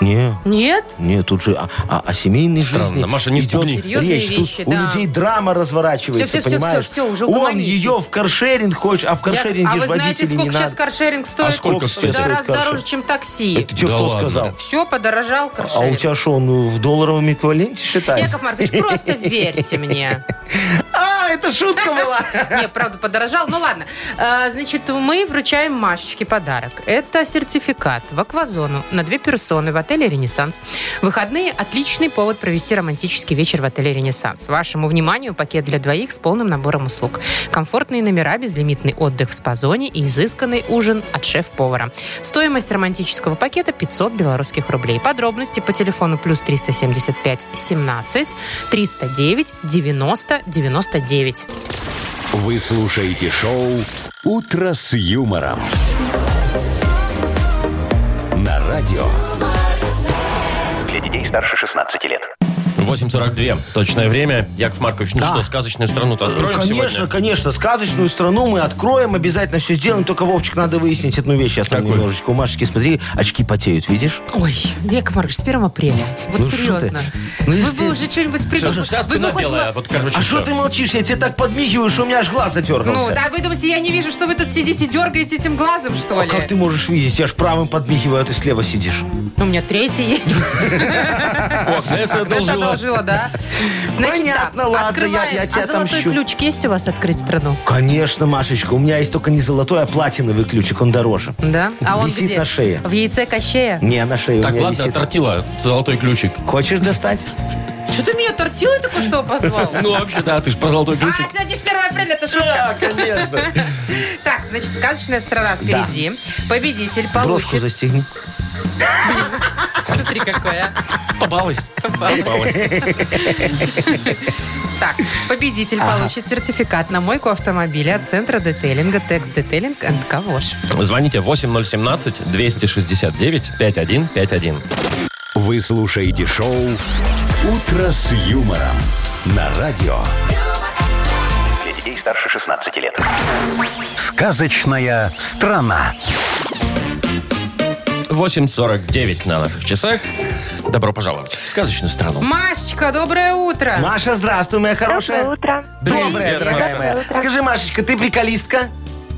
B: Не.
A: Нет?
B: Не, тут же о, о- о семейной
C: Странно,
B: жизни.
C: Маша, не
B: идет
C: спугни.
A: Серьезные
B: речь. Тут
A: вещи,
B: у
A: да.
B: людей драма разворачивается,
A: Всё, всё, всё,
B: понимаешь?
A: всё, всё, уже
B: Он
A: угомонитесь.
B: ее в каршеринг хочет, а в каршеринге
A: а вы
B: ж
A: знаете,
B: водителей не
A: сколько
B: надо. А
A: сейчас каршеринг стоит?
C: сколько
A: В
C: сейчас
A: два
B: стоит
A: раза дороже,
B: каршеринг?
A: чем такси.
B: Это тебе
C: Да
B: кто
C: ладно.
B: сказал?
A: Все, подорожал
B: А
A: каршеринг.
B: у тебя что, он в долларовом эквиваленте считает?
A: Яков Маркович, просто верьте мне.
B: А, это шутка была.
A: Не, правда, подорожал. Ну ладно. А, Значит, мы вручаем Машечке подарок. Это сертификат в аквазону на две персоны в отеле «Ренессанс». Выходные – отличный повод провести романтический вечер в отеле «Ренессанс». Вашему вниманию пакет для двоих с полным набором услуг. Комфортные номера, безлимитный отдых в спа-зоне и изысканный ужин от шеф-повара. Стоимость романтического пакета – 500 белорусских рублей. Подробности по телефону плюс 375 17 309 90 99.
D: Вы слушаете шоу «Утро с юмором». На радио.
G: Для детей старше 16 лет.
C: 8.42. Точное время. Яков Маркович, ну
B: Да.
C: что, сказочную страну-то откроем
B: Конечно,
C: сегодня?
B: конечно, сказочную страну мы откроем, обязательно все сделаем. Только, Вовчик, надо выяснить одну вещь. Сейчас там
C: Какую?
B: немножечко. У Машечки, смотри, очки потеют, видишь? А
A: Ой, Яков Маркович, с 1 апреля. Вот
B: Ну что
A: серьезно.
B: ты? Ну и
A: Вы
B: где?
A: бы уже что-нибудь
C: Сейчас,
A: придумали.
C: сейчас
A: Вы бы
C: Ну, спина
A: хоть
C: белая.
A: ма-
C: Вот, короче,
B: А что
C: всё.
B: ты молчишь? Я тебе так подмигиваю, что у меня аж глаз
A: Ну,
B: затергался.
A: да вы думаете, я не вижу, что вы тут сидите, дергаете этим глазом, что
B: А
A: ли?
B: как ты можешь видеть? Я ж правым подмигиваю, а ты слева сидишь.
A: Ну, У меня третий есть.
C: О, Кнесса
A: Агнеса
C: одолжила.
A: одолжила, да? Значит,
B: Понятно,
A: так,
B: ладно, я-
A: открываем.
B: я тебя
A: А золотой
B: отомщу.
A: ключ есть у вас открыть страну?
B: Конечно, Машечка, у меня есть только не золотой, а платиновый ключик, он дороже.
A: Да? А он
B: Висит
A: где?
B: на шее.
A: В яйце кощея?
B: Не, на шее у
C: Так,
B: меня
C: ладно,
B: висит.
C: тортила. Золотой ключик.
B: Хочешь достать?
A: Что ты меня тортилой только что позвал?
C: Ну, вообще, да, ты же про золотой
A: А,
C: ключик.
A: сегодня же 1 апреля, это шутка.
C: конечно.
A: Так, значит, сказочная страна впереди. Победитель
B: Брошку
A: получит...
B: застегни.
A: Смотри, какое.
C: Попалась. Попалась.
A: Так, победитель получит сертификат на мойку автомобиля от центра детейлинга Текс Детейлинг энд Кавош.
C: Звоните 8017-269-5151.
D: Вы слушаете шоу «Утро с юмором». На радио.
G: Для детей старше 16 лет.
D: Сказочная страна.
C: 8.49 на наших часах. Добро пожаловать в сказочную страну.
A: Машечка, доброе утро.
B: Маша, здравствуй, моя хорошая.
E: Доброе утро.
B: Доброе,
C: Привет,
B: дорогая
C: Маша.
B: моя. Скажи, Машечка, ты приколистка?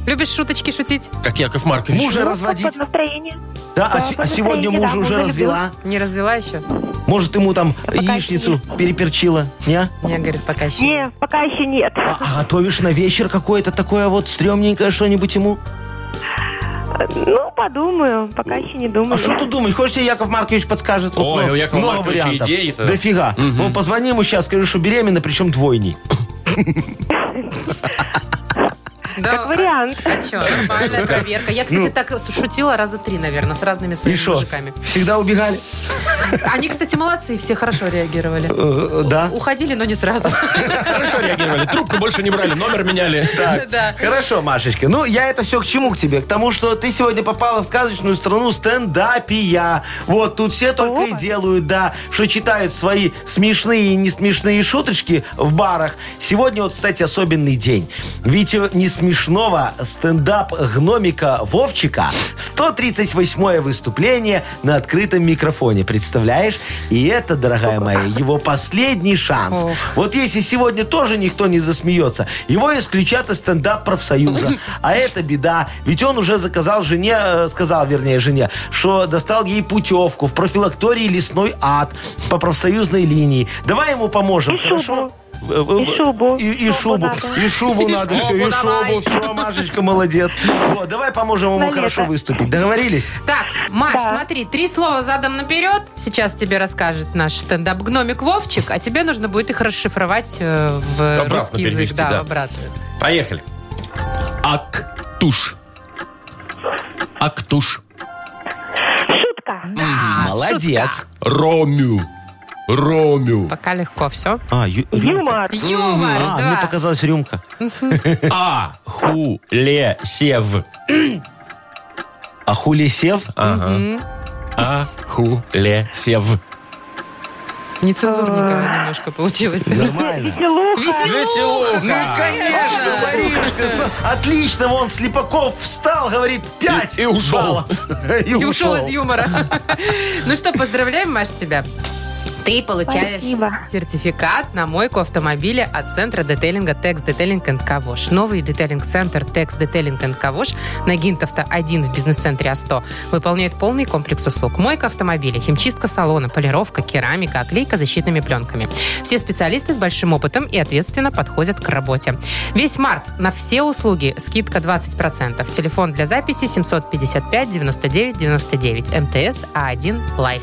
A: Любишь шуточки шутить?
C: Как Яков Маркович.
B: Мужа
E: Ну,
B: разводить?
E: Под настроение.
B: Да, а,
E: да,
B: се-
E: под
B: а сегодня
E: настроение,
B: мужа
E: да,
B: уже
E: мужа
B: развела?
A: Не развела еще?
B: Может, ему там
E: пока
B: яичницу
E: еще нет.
B: переперчила? Не?
A: Мне говорит, пока еще.
E: Не, пока еще нет.
B: А, а готовишь на вечер какое-то такое вот стрёмненькое что-нибудь ему?
E: Ну, подумаю. Пока еще не думаю.
B: А что тут думать? Хочешь, тебе Яков Маркович подскажет? Вот,
C: Ой,
B: ну,
C: у Якова
B: много
C: Марковича
B: вариантов.
C: идеи-то.
B: Дофига. Ну, позвони ему сейчас, скажи, что беременна, причем двойней.
A: Да,
E: Как вариант.
A: А что, нормальная проверка. Я, кстати, так шутила раза три, наверное, с разными
B: И
A: своими
B: шо?
A: мужиками.
B: Всегда убегали?
A: Они, кстати, молодцы, все хорошо реагировали.
B: Э, Да.
A: Уходили, но не сразу.
C: Хорошо реагировали. Трубку больше не брали, номер меняли.
A: Да.
B: Хорошо, Машечка. Ну, я это все к чему к тебе? К тому, что ты сегодня попала в сказочную страну стендапия. Вот, тут все только и делают, да, что читают свои смешные и не смешные шуточки в барах. Сегодня вот, кстати, особенный день. Ведь э, не смешного стендап-гномика Вовчика 138-е выступление на открытом микрофоне. Представляешь? И это, дорогая моя, его последний шанс.
A: Ох.
B: Вот если сегодня тоже никто не засмеется, его исключат из стендап профсоюза. А это беда. Ведь он уже заказал жене, э, сказал, вернее, жене, что достал ей путевку в профилактории «Лесной ад» по профсоюзной линии. Давай ему поможем,
E: И
B: хорошо?
E: шубу.
B: Э, э,
E: И шубу.
B: И, и шубу.
E: Шубу
B: И шубу надо, все, и
A: шубу давай.
B: шубу. Все, Машечка, молодец. Вот, давай поможем
E: На
B: ему
E: лето.
B: хорошо выступить. Договорились?
A: Так, Маш,
E: Да.
A: смотри, три слова задом наперед. Сейчас тебе расскажет наш стендап-гномик Вовчик, а тебе нужно будет их расшифровать э, в
C: Обратно
A: русский язык.
C: перевести,
A: Да,
C: да.
A: обратно.
C: Поехали. Актуш. Актуш.
E: Шутка.
A: Да,
B: Молодец.
A: шутка.
C: Ромю. Ромю.
A: Пока легко все.
B: А, ю- рюмка.
E: Юмор.
A: Юмор,
B: А,
C: ну
B: мне
A: да.
B: показалась рюмка.
C: А. Ху. Ле. Сев.
B: А хули сев?
C: Ага. А. Ху. Ле. Сев.
A: Нецензурненько немножко получилось.
B: Нормально.
E: Веселуха.
A: Веселуха.
B: Ну, конечно, Маришка. см- Отлично, вон Слепаков встал, говорит, 5
C: И- и ушел.
B: И,
A: И ушел из юмора. Ну что, поздравляем, Маш, тебя. Ты получаешь
E: Спасибо.
A: сертификат на мойку автомобиля от центра детейлинга Текс Детейлинг энд Кавош. Новый детейлинг-центр Текс Детейлинг энд Кавош на Гинтовта 1 в бизнес-центре А100 выполняет полный комплекс услуг. Мойка автомобиля, химчистка салона, полировка, керамика, оклейка защитными пленками. Все специалисты с большим опытом и ответственно подходят к работе. Весь март на все услуги скидка 20%. Телефон для записи 755 99 99 МТС А1 Лайф.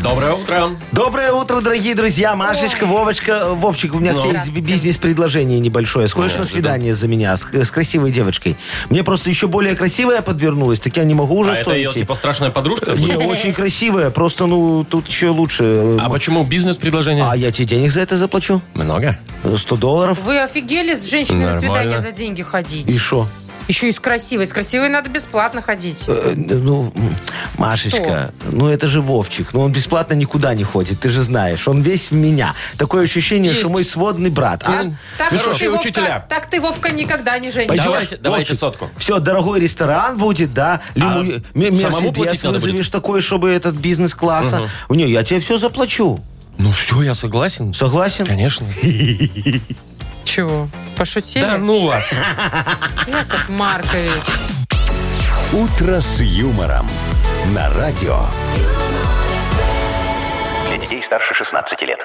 C: Доброе утро.
B: Доброе утро, дорогие друзья. Машечка, Вовочка, э, Вовчик, у меня к тебе есть бизнес-предложение небольшое. Сходишь на свидание за меня с, с красивой девочкой? Мне просто еще более красивая подвернулась, так я не могу уже
C: а это ее,
B: стоить. ей.
C: типа, страшная подружка?
B: Не, очень красивая, просто, ну, тут еще лучше.
C: А почему бизнес-предложение?
B: А я тебе денег за это заплачу?
C: Много.
B: 100 долларов.
A: Вы офигели с женщиной на
C: Нормально.
A: свидание за деньги ходить?
B: И шо?
A: Еще и с красивой. С красивой надо бесплатно ходить.
B: Э, Ну, м, Машечка, ну это же Вовчик. Ну он бесплатно никуда не ходит, ты же знаешь. Он весь в меня. Такое ощущение,
C: Есть.
B: что мой сводный брат. А?
C: Ну,
A: Так
C: хорошие
A: ты, Вовка,
C: учителя.
A: так ты, Вовка, никогда не женишься.
B: Пойдешь,
C: Давайте- давайте сотку.
B: Все, дорогой ресторан будет, да?
C: А
B: Лиму... м-
C: самому
B: Мерседес
C: платить надо
B: вызовешь такой, чтобы этот бизнес-класса. Не, я тебе все заплачу.
C: Ну все, я согласен.
B: Согласен?
C: Конечно.
A: Чего? Пошутили?
C: Да ну вас.
A: Яков Маркович.
D: «Утро с юмором» на радио.
G: Для детей старше 16 лет.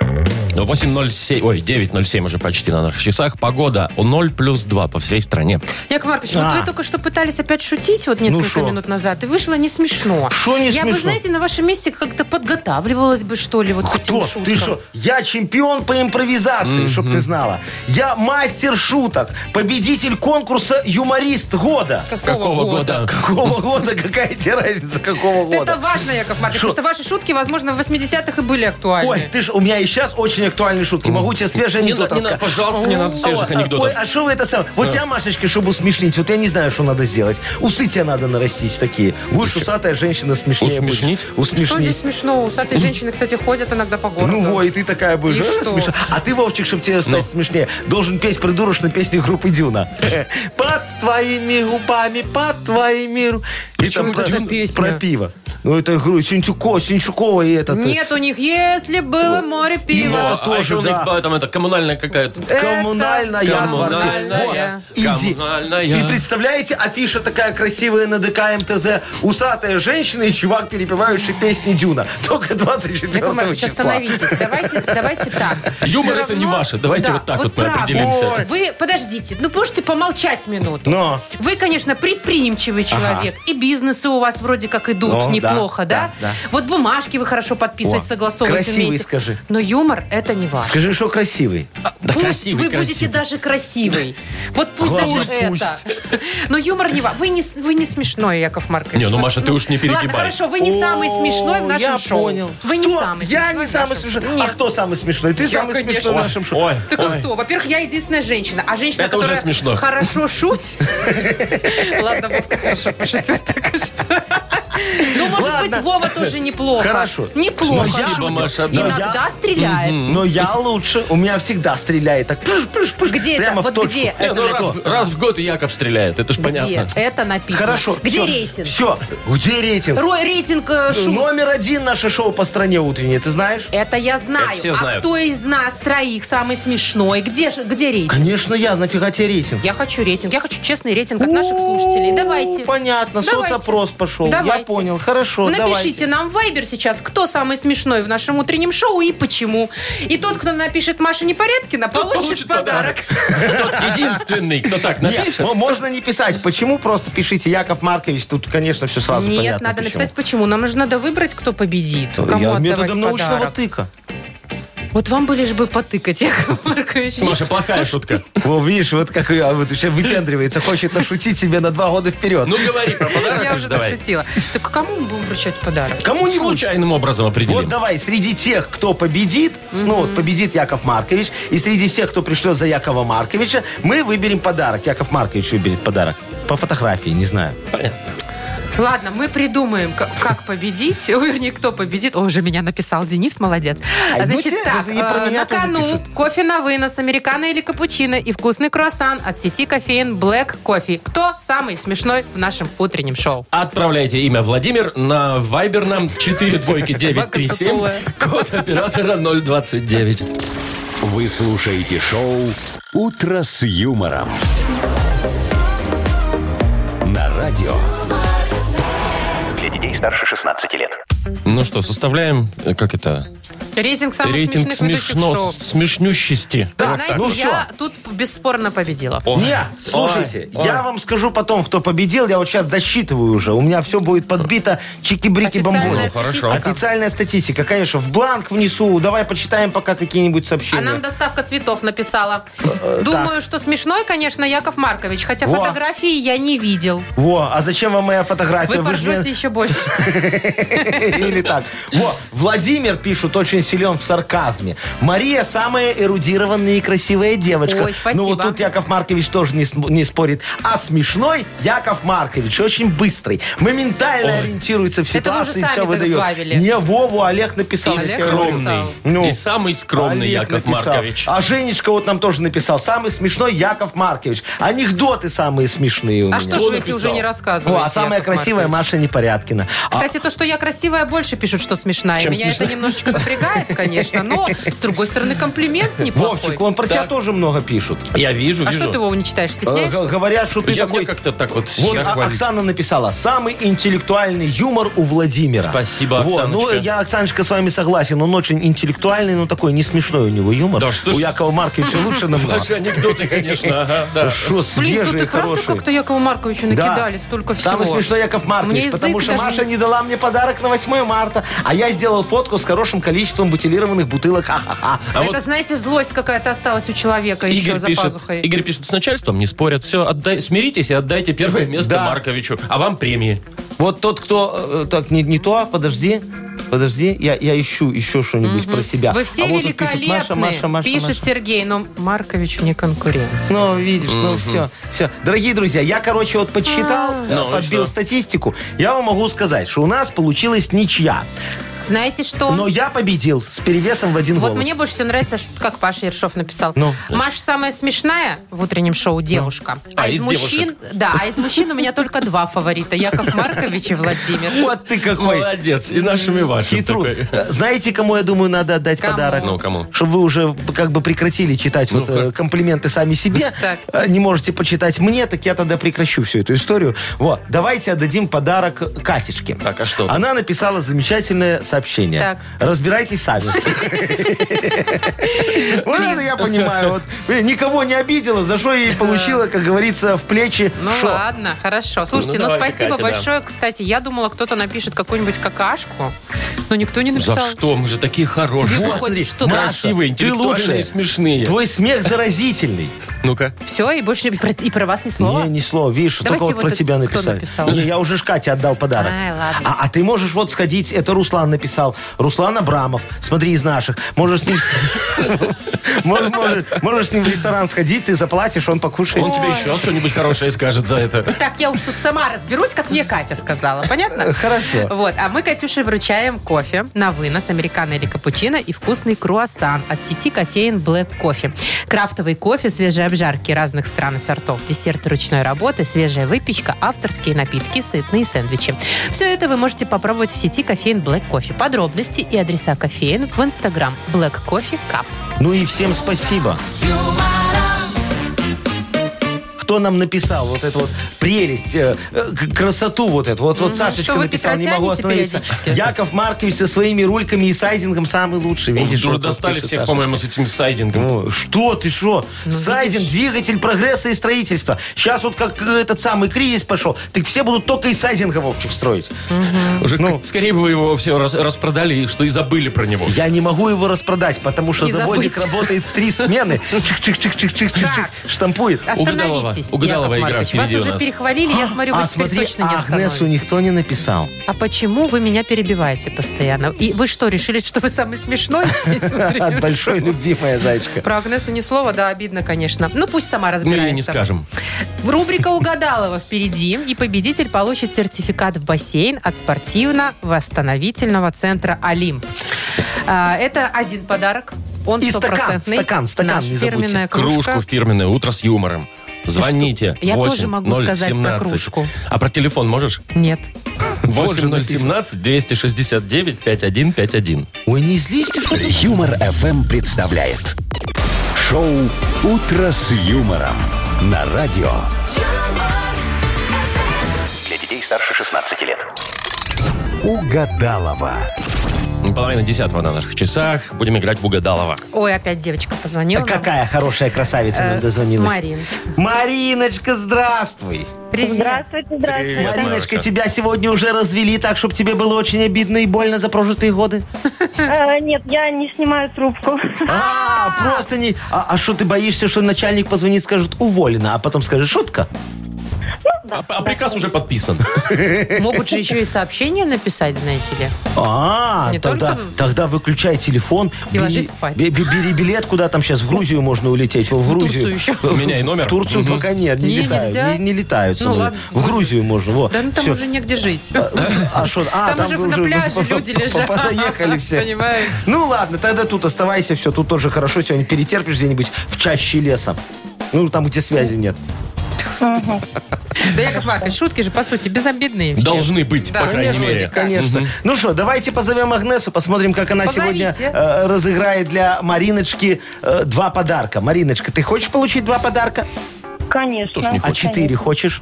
C: Ну, 8.07, ой, 9.07 уже почти на наших часах. Погода 0 плюс 2 по всей стране.
A: Яков Маркович, вот
B: А.
A: вы только что пытались опять шутить вот несколько
B: Ну шо?
A: минут назад, и вышло не смешно.
B: Шо не
A: Я бы,
B: смешно?
A: знаете, на вашем месте как-то подготавливалась бы, что ли, вот к этим
B: Кто?
A: шуткам.
B: Ты что? Я чемпион по импровизации, чтоб ты знала. Я мастер шуток, победитель конкурса юморист года.
C: Какого года?
B: Какого года? Какая тебе разница, какого года?
A: Это важно, Яков Маркович,
B: Шо?
A: потому что ваши шутки, возможно, в 80-х и были актуальны.
B: Ой, ты ж, у меня и сейчас очень актуальные шутки. Могу тебе свежие
C: Не, на-
B: анекдоты
C: не надо,
B: рассказать.
C: пожалуйста, не надо свежих
B: А, Ой,
C: анекдотов.
B: а что вы это сам? Вот тебя, Машечка, чтобы усмешнить, вот я не знаю, что надо сделать. Усы тебе надо нарастить такие. Будешь усатая женщина смешнее. будешь.
C: Усмешнить?
A: Что здесь
B: Усмешнить.
A: смешно? Усатые женщины, кстати, ходят иногда по городу.
B: Ну во, и ты такая будешь.
A: И
B: а,
A: что?
B: смешно. А ты, Вовчик, чтобы тебе
C: Ну.
B: стать смешнее, должен петь придурочно песни группы Дюна. Под твоими губами, под твоими... ру- И
A: Почему
B: там
A: это за песня?
B: про пиво. Ну это гру- Синчуко, Синчукова и этот... э, Ну,
A: Нет у них, если было море пива.
B: Пиво, Я
C: а
B: тоже,
C: еще у них
B: да.
C: была там это коммунальная какая-то.
A: Э,
B: Коммунальная
A: Это
B: квартира.
A: коммунальная.
B: Вот, Иди.
C: Коммунальная.
B: И представляете, афиша такая красивая на ДК МТЗ. Усатая женщина и чувак, перепевающий песни Дюна. Только 24
A: Яков Маркович,
B: числа.
A: остановитесь. Давайте, давайте так.
C: Юмор
A: Всё
C: это не
A: равно-
C: ваше. Давайте
A: Да,
C: вот так вот мы
A: правда.
C: определимся.
B: Ой.
A: Вы подождите, ну можете помолчать минуту.
B: Но.
A: Вы, конечно, предприимчивый человек, и бизнесы у вас вроде как идут
B: Ну, да,
A: неплохо, да,
B: да, да.
A: Вот бумажки вы хорошо подписывать,
B: О,
A: согласовывать
B: красивый
A: умеете.
B: скажи.
A: Но юмор это не ваш.
B: Скажи, что красивый.
C: Да
A: пусть
C: красивый,
A: вы будете
C: красивый.
A: даже красивый. Вот пусть
B: Главное,
A: даже это. Но юмор не ваш. Вы не, с- вы не смешной, Яков Маркович.
C: Не, ну,
A: Вот,
C: Маша, ты уж не перегибай.
A: Ладно, хорошо, вы не самый
B: О,
A: смешной в нашем
B: я
A: шоу.
B: понял.
A: Вы не
B: Кто?
A: самый
B: Я
A: смешной
B: не
A: в
B: самый
A: нашем
B: смешной.
A: шоу.
B: А
A: Нет.
B: кто самый смешной? Ты
A: Я,
B: самый
A: конечно.
B: смешной в нашем шоу.
C: Ой,
A: Так
C: ой.
A: кто? Во-первых, я единственная женщина. А женщина,
C: Это уже
A: которая
C: смешно.
A: хорошо шутит... Ладно, Вовка хорошо пошутил, так и что. Ну, может
B: Ладно.
A: быть, Вова тоже неплохо.
B: Хорошо.
A: Неплохо
B: Спасибо,
C: Маша,
A: шутит.
C: да.
B: Я-
A: Иногда стреляет.
B: Но я лучше. У меня всегда стреляет так. пыш, пыш, пыш,
A: Где это?
B: прямо в
A: Вот
B: точку.
A: где?
C: Не,
A: Э, Это
C: ну
A: что?
C: раз, раз в год и Яков стреляет, это ж
A: Где?
C: понятно.
A: Это написано.
B: Хорошо.
A: Где
B: всё.
A: рейтинг?
B: Все. Где рейтинг?
A: Ро- рейтинг э, шут.
B: Номер один наше шоу по стране утреннее, ты знаешь?
A: Это я знаю.
C: Это все
A: А
C: знают.
A: кто из нас троих самый смешной? Где, ж- где рейтинг?
B: Конечно, я. Нафига тебе рейтинг?
A: Я хочу рейтинг. Я хочу честный рейтинг от наших слушателей.
B: О,
A: Давайте.
B: Понятно,
A: Давайте.
B: соцопрос пошел. Я
A: Давайте.
B: понял. Хорошо,
A: Напишите
B: давайте.
A: нам в Viber сейчас, кто самый смешной в нашем утреннем шоу и почему. И тот, кто напишет Маша Непорядкина, получит, подарок.
C: Тот единственный, кто так
B: Нет,
C: напишет.
B: мо- можно не писать. Почему? Просто пишите Яков Маркович. Тут, конечно, все сразу
A: Нет,
B: понятно.
A: надо
B: почему.
A: написать почему. Нам же надо выбрать, кто победит. Кому
B: Я
A: отдавать
B: методом научного
A: подарок.
B: тыка.
A: Вот вам бы лишь бы потыкать, Яков Маркович.
C: Маша, плохая шутка.
B: Во, видишь, вот как я вот еще выпендривается, хочет нашутить себе на два года вперед.
C: Ну говори про
A: Я
C: подарок
A: уже
C: уже давай. Ну,
A: дошутила. Так кому мы будем вручать подарок?
B: Кому-нибудь.
C: Случайным образом
B: Вот
C: определим.
B: давай, среди тех, кто победит, ну вот победит Яков Маркович, и среди всех, кто пришлет за Якова Марковича, мы выберем подарок. Яков Маркович выберет подарок. По фотографии, не знаю.
A: Ладно, мы придумаем, к- как победить. Ой, вернее, кто победит. Он уже меня написал. Денис, молодец.
B: А,
A: Значит
B: ну, те-
A: так,
B: тут и про
A: э,
B: меня
A: на
B: тоже
A: кону
B: пишут.
A: кофе на вынос, американо или капучино и вкусный круассан от сети кофеин Black Coffee. Кто самый смешной в нашем утреннем шоу?
C: Отправляйте имя Владимир на Viber нам 42937, код оператора 029.
D: Вы слушаете шоу «Утро с юмором». На радио.
G: Для детей старше 16 лет.
C: Ну что, составляем, э, как это,
A: Рейтинг самых
C: рейтинг
A: смешных ведущих
C: смешно,
A: шоу.
C: смешнющести.
A: Вы
B: Так,
A: знаете,
B: ну
A: я тут бесспорно победила.
C: О,
B: Не, слушайте, я вам скажу потом, кто победил. Я вот сейчас досчитываю уже. У меня все будет подбито чики-брики бомбони.
A: Официальная
C: Ну, хорошо.
A: статистика.
B: Официальная статистика, конечно, в бланк внесу. Давай почитаем пока какие-нибудь
A: А
C: Э,
B: сообщения.
A: нам доставка цветов написала.
B: Э,
A: Думаю, что смешной, конечно, Яков Маркович. Хотя
B: Во.
A: фотографии я не видел.
B: Во, а зачем вам моя фотография?
A: Вы
B: Вы же меня-
A: поржете еще больше.
B: Или так. Во, Владимир пишет, очень силен в сарказме. Мария самая эрудированная и красивая девочка.
A: Ой, спасибо.
B: Ну вот тут Яков Маркович тоже не, см- не спорит. А смешной Яков Маркович очень быстрый. Моментально ориентируется в
A: Это вы уже
B: ситуации и
A: сами
B: все
A: так
B: выдает.
A: добавили.
B: Не Вову, Олег написал.
C: И
A: Олег
B: Всё
C: скромный,
A: написал.
B: Ну.
C: и самый скромный
B: Олег
C: Яков
B: написал.
C: Маркович.
B: А Женечка вот нам тоже написал. Самый смешной Яков Маркович. Анекдоты самые смешные у меня.
A: А что же вы их
C: написал?
A: уже не рассказываете?
B: О, а самая
A: Яков
B: красивая
A: Маркович?
B: Маша Непорядкина. А-
A: Кстати, то, что я красивая, больше пишут, что смешная.
C: Чем
A: Меня
C: смешная?
A: это немножечко напрягает, конечно, но, с другой стороны, комплимент неплохой.
B: Вовчик, он про тебя тоже много пишут.
C: Я вижу,
A: а
C: вижу.
A: что ты его не читаешь?
B: Э, г-
A: Стесняешься?
B: Говорят, что ты
C: Я
B: такой...
C: мне как-то так вот
B: Вон,
C: себя
B: а-
C: хвалить.
B: Оксана написала, самый интеллектуальный юмор у Владимира.
C: Спасибо,
B: Во, Ну,
C: Оксаночка.
B: я, Оксаночка, с вами согласен. Он очень интеллектуальный, но такой не смешной у него юмор.
C: Да что
B: у
C: ж-
B: Якова Марковича лучше намного.
C: Ваши анекдоты, конечно, ага, да.
B: Что,
A: Блин, тут и
B: свежие,
A: правда
B: хорошие.
A: как-то Якову Марковичу
B: Да.
A: накидали столько всего.
B: Самый смешной Яков
A: Мне
B: Маркович,
A: язык
B: потому что
A: даже
B: Маша
A: не-
B: не дала мне подарок на 8 марта, а я сделал фотку с хорошим количеством бутилированных бутылок. Ха-ха-ха.
C: А
A: Ну, это,
C: вот-
A: знаете, злость какая-то осталась у человека еще
C: Игорь
A: за
C: пишет,
A: пазухой.
C: Игорь пишет, с начальством не спорят. Все, отдай, смиритесь и отдайте первое место
B: Да.
C: Марковичу. А вам премии.
B: Вот тот, кто... э, Так, не, не то, подожди. Подожди, я, я ищу еще что-нибудь про себя.
A: Вы все
B: А вот тут пишут,
A: великолепны,
B: Маша, Маша, Маша,
A: пишет
B: Маша.
A: Сергей, но Марковичу не конкуренция.
B: Ну, видишь, ну все, все. Дорогие друзья, я, короче, вот
A: А.
B: подсчитал, э,
C: Ну и
B: подбил
C: что?
B: статистику. Я вам могу сказать, что у нас получилась ничья.
A: Знаете что?
B: Но я победил с перевесом в один
A: Вот
B: голос.
A: мне больше всего нравится, что- как Паша Ершов написал.
B: Ну.
A: Маша самая смешная в утреннем шоу девушка.
C: А, из
A: мужчин, да, а из мужчин у меня только два фаворита: Яков Маркович и Владимир.
B: Вот ты какой
C: Молодец. И нашими вашим.
B: хитрун.
C: такой.
B: Э, Знаете, кому, я думаю, надо отдать
A: Кому?
B: подарок?
C: Ну, кому?
B: Чтобы вы уже как бы прекратили читать вот, э, комплименты сами себе.
A: Так.
B: Э, Не можете почитать мне, так я тогда прекращу всю эту историю. Вот, давайте отдадим подарок Катечке.
C: Так, а что?
B: Она написала замечательное сообщение.
A: Так.
B: Разбирайтесь сами. Вот это я понимаю. Вот э, никого не обидела, за что ей получила, как говорится, в плечи
A: Ну
B: шо.
A: ладно, хорошо. Слушайте, ну,
C: Ну, давайте,
A: спасибо
C: Катя, да.
A: большое. Кстати, я думала, кто-то напишет какую-нибудь какашку, но никто не написал.
C: За что? Мы же такие хорошие.
B: Вот, смотри,
A: что-то.
B: Маша,
C: Красивые,
B: ты
C: интеллектуальные,
B: лучшая.
C: смешные.
B: Твой смех заразительный.
C: Ну-ка.
A: Все, и больше и про, и про вас ни слова.
B: Не, ни слова. Видишь,
A: Давайте
B: только вот,
A: вот
B: про
A: это
B: тебя
A: кто
B: написали.
A: написал?
B: Не, я уже ж Кате отдал подарок.
A: Ай, ладно.
B: А, а ты можешь вот сходить, это Руслан написал. Руслан Абрамов, смотри, из наших. Можешь с ним... с- Мож- можешь- Можешь с ним в ресторан сходить, ты заплатишь, он покушает.
C: Он тебе еще что-нибудь хорошее скажет за это.
A: Так, я уж тут сама разберусь, как мне Катя сказала. Понятно?
B: Хорошо.
A: Вот, а мы Катюше вручаем кофе на вынос, американо или капучино и вкусный круассан от сети кофеин Black Coffee. Крафтовый кофе, свежие обжарки разных стран и сортов, десерт ручной работы, свежая выпечка, авторские напитки, сытные сэндвичи. Все это вы можете попробовать в сети кофеин Black Coffee. Подробности и адреса кофеин в инстаграм Black Coffee Cup.
B: Ну и всем спасибо. Кто нам написал вот эту вот прелесть, э, э, к- красоту вот эту? Вот, вот
A: Мгм,
B: Сашечка
A: что вы
B: написал, не
A: петросяните
B: могу остановиться.
A: периодически.
B: Яков Маркович со своими рульками и сайдингом самый лучший. Видишь,
C: Уже
B: вот тут
C: Ну, достали
B: пишет
C: всех,
B: Саша.
C: по-моему, с этим сайдингом.
B: О, Ну, что ты, что?
A: Ну,
B: Сайдинг, двигатель прогресса и строительства. Сейчас вот как э, этот самый кризис пошел, так все будут только из сайдинга, Вовчик, строить.
C: Уже
A: Ну.
C: к- скорее бы вы его все рас- распродали, что и забыли про него.
B: Я не могу его распродать, потому что
A: И
B: заводик
A: забыть.
B: работает в три смены. Чик-чик-чик-чик-чик-чик-чик.
A: Так. А
B: Штампует.
C: Угадалова.
A: Остановитесь,
C: Угадалова
A: Яков
C: игра
A: Маркович. Вас
C: впереди у
A: уже
C: нас.
A: перехвалили, я смотрю, вы
B: А
A: теперь
B: смотри,
A: точно не
B: Агнесу
A: остановитесь.
B: никто не написал.
A: А почему вы меня перебиваете постоянно? И вы что, решили, что вы самый смешной здесь?
B: От
A: внутри?
B: большой любви, моя зайчка.
A: Про Агнесу ни слова, да, обидно, конечно. Ну, пусть сама
C: Мы
A: разбирается.
C: ей не скажем.
A: Рубрика «Угадалова» впереди, и победитель получит сертификат в бассейн от спортивно-восстановительного центра «Олимп». А, Это один подарок. Он
B: И стакан,
A: стопроцентный.
B: стакан, стакан,
A: Наша
B: не забудьте.
A: фирменная кружка.
C: Кружку фирменное утро с юмором. Звоните.
A: Я
C: 8
A: тоже могу сказать про
C: 017.
A: кружку.
C: А про телефон можешь?
A: Нет.
C: 8017 269 5151.
B: Ой, не злись ты, что ли?
D: Юмор FM представляет шоу Утро с юмором на радио.
G: Для детей старше 16 лет.
D: Угадалова.
C: Ну, Половина десятого на наших часах. Будем играть в угадалова.
A: Ой, опять девочка позвонила. нам.
B: А Какая хорошая красавица
A: Э,
B: нам дозвонилась.
A: Мариночка.
B: Мариночка, здравствуй.
A: Привет.
E: Здравствуйте, здравствуйте.
C: Привет,
B: Мариночка,
C: Марочка.
B: тебя сегодня уже развели так, чтобы тебе было очень обидно и больно за прожитые годы?
E: Э, нет, я не снимаю трубку.
B: А, просто не... А а что ты боишься, что начальник позвонит, скажет уволена, а потом скажет шутка?
C: А, а приказ уже подписан.
A: Могут же еще и сообщение написать, знаете ли.
B: А,
A: Не
B: тогда,
A: только в-
B: тогда выключай телефон.
A: И ложись спать.
B: бе- бе- Бери билет, куда там сейчас, в Грузию можно улететь. В, Грузию.
A: Турцию еще.
C: У меня и номер.
B: В Турцию
C: Мгм.
B: пока нет, не,
A: Не,
B: летают.
A: нельзя?
B: Не, не летают.
A: Ну,
B: самолеты.
A: ладно.
B: В Грузию можно, во.
A: Да ну там
B: Всё.
A: уже негде жить. Ну,
B: А что? А,
A: Там уже на пляже люди лежат.
B: Поехали все.
A: Понимаешь?
B: Ну ладно, тогда тут оставайся, все, тут тоже хорошо. Сегодня перетерпишь где-нибудь в чаще леса. Ну, там, где связи нет.
A: Да, Яков Маркович, шутки же, по сути, безобидные все.
C: Должны быть,
A: Да,
C: по крайней
A: конечно,
C: мере.
B: Конечно. Ну что, давайте позовем Агнесу, посмотрим, как она
A: Позовите.
B: сегодня э, разыграет для Мариночки э, два подарка. Мариночка, ты хочешь получить два подарка?
E: Конечно.
C: Тоже не
B: А четыре хочешь?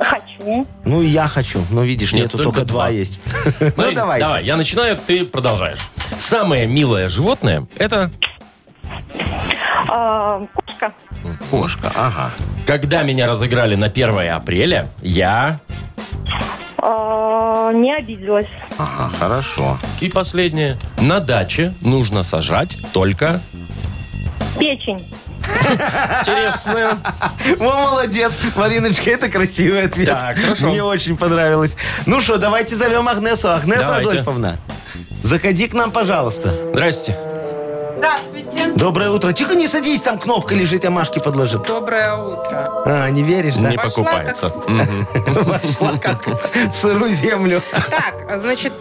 B: А
E: Хочу.
B: Ну и я хочу. Но видишь,
C: Нет,
B: нету,
C: только
B: только два
C: два.
B: есть. Ну
C: Марин,
B: давайте.
C: Давай, я начинаю, ты продолжаешь. Самое милое животное – это
E: Э, кошка.
B: Кошка, ага.
C: когда меня разыграли на 1 апреля, я...
E: Э, не обиделась.
B: Ага, хорошо.
C: И последнее. На даче нужно сажать только...
E: Печень.
C: Интересно.
B: О, молодец, Мариночка, это красивый ответ.
C: Так, хорошо.
B: Мне очень понравилось. Ну что, давайте зовем Агнесу. Агнеса
C: Давайте.
B: Адольфовна, заходи к нам, пожалуйста.
C: Здрасте.
A: Здравствуйте. Здравствуйте.
B: Доброе утро. Тихо, не садись, там кнопка лежит, я Машке подложил.
A: Доброе утро.
B: А, не веришь, да?
C: Не
A: Пошла
C: покупается. Мгм.
B: Вошла как в сырую землю.
A: Так, значит,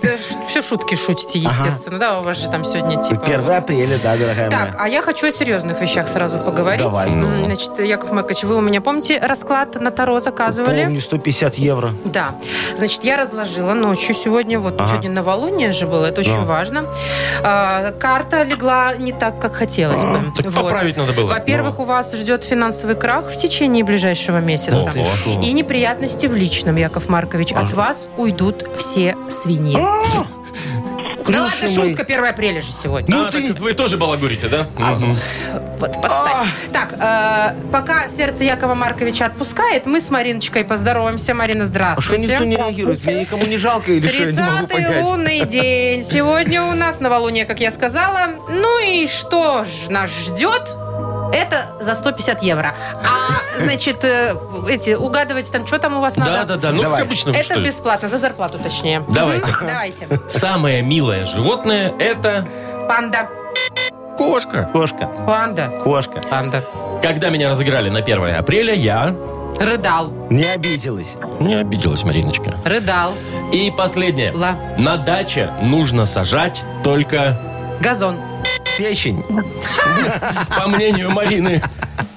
A: все шутки шутите, естественно, да? У вас же там сегодня типа...
B: 1 апреля, да, дорогая
A: Так,
B: моя.
A: а я хочу о серьезных вещах сразу поговорить.
B: Давай,
C: ну.
A: М, Значит, Яков Маркович, вы у меня помните расклад на Таро заказывали?
B: Помню, 150 евро.
A: Да. Значит, я разложила ночью сегодня, вот
B: Ага. Ну.
A: сегодня новолуние же было, это очень
B: Да.
A: важно. А, карта легла не так, как хотелось бы.
C: Так
A: Вот.
C: поправить надо было.
A: Во-первых, у вас ждет финансовый крах в течение ближайшего месяца.
C: Ого.
A: И неприятности в личном, Яков Маркович. От
B: А.
A: вас уйдут все свиньи. да
B: Крюши
A: ладно,
B: мои.
A: шутка, 1 апреля же сегодня.
B: Ну
C: А,
B: ты-
C: так Вы тоже балагурите, да?
A: А, ну
C: Мгм.
A: Вот, подстать.
B: а.
A: Так, э, пока сердце Якова Марковича отпускает, мы с Мариночкой поздороваемся. Марина,
B: А что
A: здравствуйте.
B: никто не реагирует? Меня никому не жалко или что? Я не могу
A: 30-й
B: понять.
A: лунный день. Сегодня у нас новолуние, как я сказала. Ну и что ж нас ждет? Это за 150 евро. А, значит, э, эти, угадывать там, что там у вас
C: Да,
A: надо?
C: да, да. Ну, как
B: Давай.
C: обычно, что
A: Это
C: ли?
A: бесплатно, за зарплату точнее.
C: Давайте.
A: Мгм, Давайте.
C: Самое милое животное – это
A: Панда.
C: кошка.
B: Кошка,
A: Панда.
B: кошка.
A: Панда.
C: Когда меня разыграли на 1 апреля, я
A: Рыдал.
B: Не обиделась.
C: не обиделась, Мариночка.
A: Рыдал.
C: И последнее.
A: Ла.
C: На даче нужно сажать только,
A: Газон.
B: Печень.
C: по мнению Марины.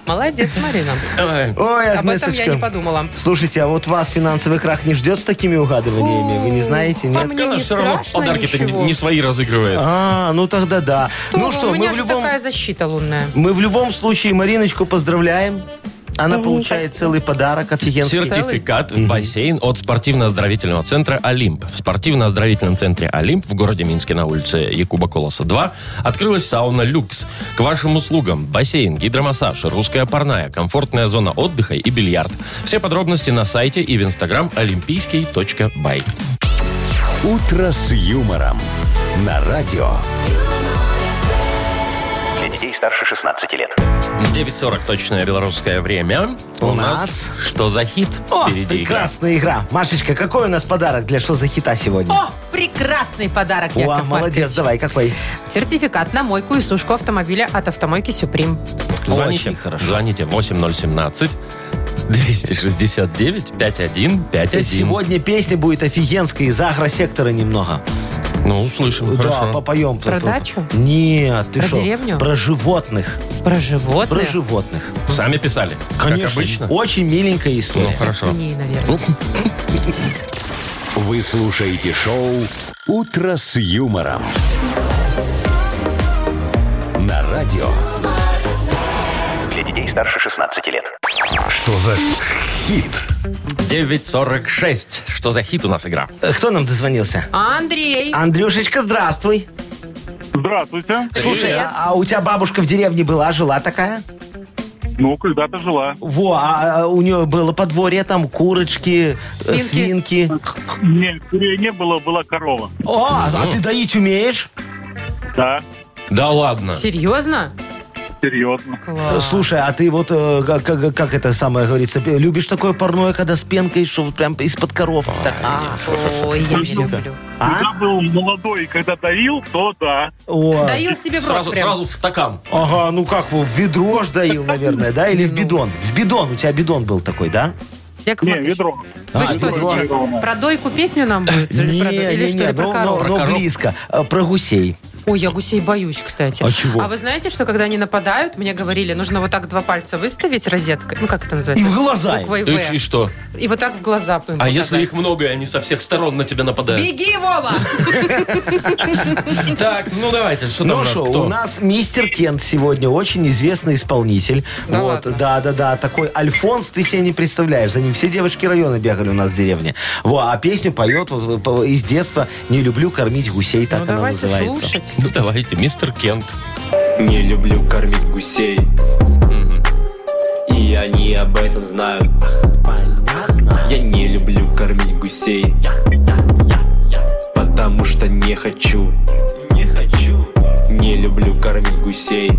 A: Молодец, Марина.
C: Ой,
B: Ой,
A: Об этом я не
B: Агнесочка.
A: подумала.
B: Слушайте, а вот вас финансовый крах не ждет с такими угадываниями? Вы не знаете,
A: По
B: нет?
A: мне
C: Она
A: не
C: же все равно
A: страшно
C: подарки-то не-
A: ничего.
C: не свои разыгрывает.
B: А, ну тогда да.
A: Ну,
B: Ну что,
A: у меня
B: мы в
A: же
B: любом...
A: такая защита лунная.
B: Мы в любом случае Мариночку поздравляем. Она получает целый подарок офигенский.
C: Сертификат в бассейн от спортивно-оздоровительного центра «Олимп». В спортивно-оздоровительном центре «Олимп» в городе Минске на улице Якуба Колоса 2 открылась сауна «Люкс». К вашим услугам бассейн, гидромассаж, русская парная, комфортная зона отдыха и бильярд. Все подробности на сайте и в инстаграм олимпийский.бай.
D: «Утро с юмором» на радио.
G: Для детей старше 16 лет.
C: 9.40 точное белорусское время.
B: У
C: что за хит
B: О,
C: впереди игра?
B: прекрасная игра. Машечка, какой у нас подарок для «Что за хита» сегодня?
A: О, прекрасный подарок,
B: О,
A: Яков
B: молодец,
A: Маркович.
B: давай, какой?
A: Сертификат на мойку и сушку автомобиля от автомойки «Сюприм».
C: Звоните.
B: Очень хорошо.
C: Звоните 8017 269 5151.
B: Сегодня песня будет офигенская из агросектора немного.
C: Ну, услышим,
B: Да,
C: хорошо.
B: попоем.
A: Про дачу?
B: Нет, ты
A: Про
B: шо?
A: деревню?
B: Про животных.
A: Про животных.
B: Про животных.
C: Сами писали. Как обычно.
B: Очень миленькая история.
C: Ну, хорошо.
A: Свиней,
B: Ну.
A: наверное.
D: Вы слушаете шоу «Утро с юмором». На радио.
G: Для детей старше 16 лет.
D: Что за хит?
C: 9.46. Что за хит у нас игра?
B: Э, Кто нам дозвонился?
A: Андрей.
B: А. Андрюшечка, здравствуй.
H: Здравствуйте.
B: Слушай, а, а у тебя бабушка в деревне была, жила такая?
H: Ну, когда-то жила.
B: Во, а, а у нее было подворье там, курочки, э,
A: Свинки.
B: свинки.
H: Нет, курей не было, была корова.
B: О, а- а ты доить умеешь?
H: Да,
C: Да ладно.
A: Серьезно?
H: серьезно.
B: Э,
A: Класс.
B: Слушай, а ты вот, э, как, как- как это самое говорится, п- любишь такое парное, когда с пенкой, что вот прям из-под коровки так? А,
A: Ой, я не
B: Спасибо.
A: люблю.
B: а?
H: Когда был молодой и когда доил, то да.
B: О.
A: Доил себе в рот
C: Сразу,
A: прям.
C: сразу в стакан.
B: Ага, ну как, во, в ведро ж доил, наверное, да? Или в
A: Ну.
B: бидон? В бидон, у тебя бидон был такой, да?
A: Яков
H: Не,
A: Маркович,
H: ведро.
A: Вы
B: А,
A: что
B: ведро.
A: сейчас? Про дойку песню нам будет? Или, про, или что, или про
B: ну,
A: корову?
B: ну, ну,
C: коров?
B: близко. Э, Про гусей.
A: Ой, я гусей боюсь, кстати.
B: А чего?
A: А вы знаете, что когда они нападают, мне говорили, нужно вот так два пальца выставить розеткой. Ну, как это
B: И
A: называется?
B: в глаза. им.
A: Буквой
C: И,
A: «В».
C: и что?
A: И вот так в глаза. им
C: А если
A: показать.
C: их много, и они со всех сторон на тебя нападают?
A: Беги, Вова!
C: Так, ну давайте, что там у
B: Ну
C: нас?
B: что,
C: Кто?
B: у нас мистер Кент сегодня очень известный исполнитель.
A: Да
B: вот,
A: ладно?
B: да, да, да, такой Альфонс, ты себе не представляешь. За ним все девочки района бегали у нас в деревне. Во, а песню поет вот, по- из детства «Не люблю кормить гусей», так
A: Ну,
B: она
A: давайте
B: называется.
A: слушать.
C: Ну давайте, мистер Кент.
I: Не люблю кормить гусей И они об этом знают Я не люблю кормить гусей Потому что не хочу Не хочу Не люблю кормить гусей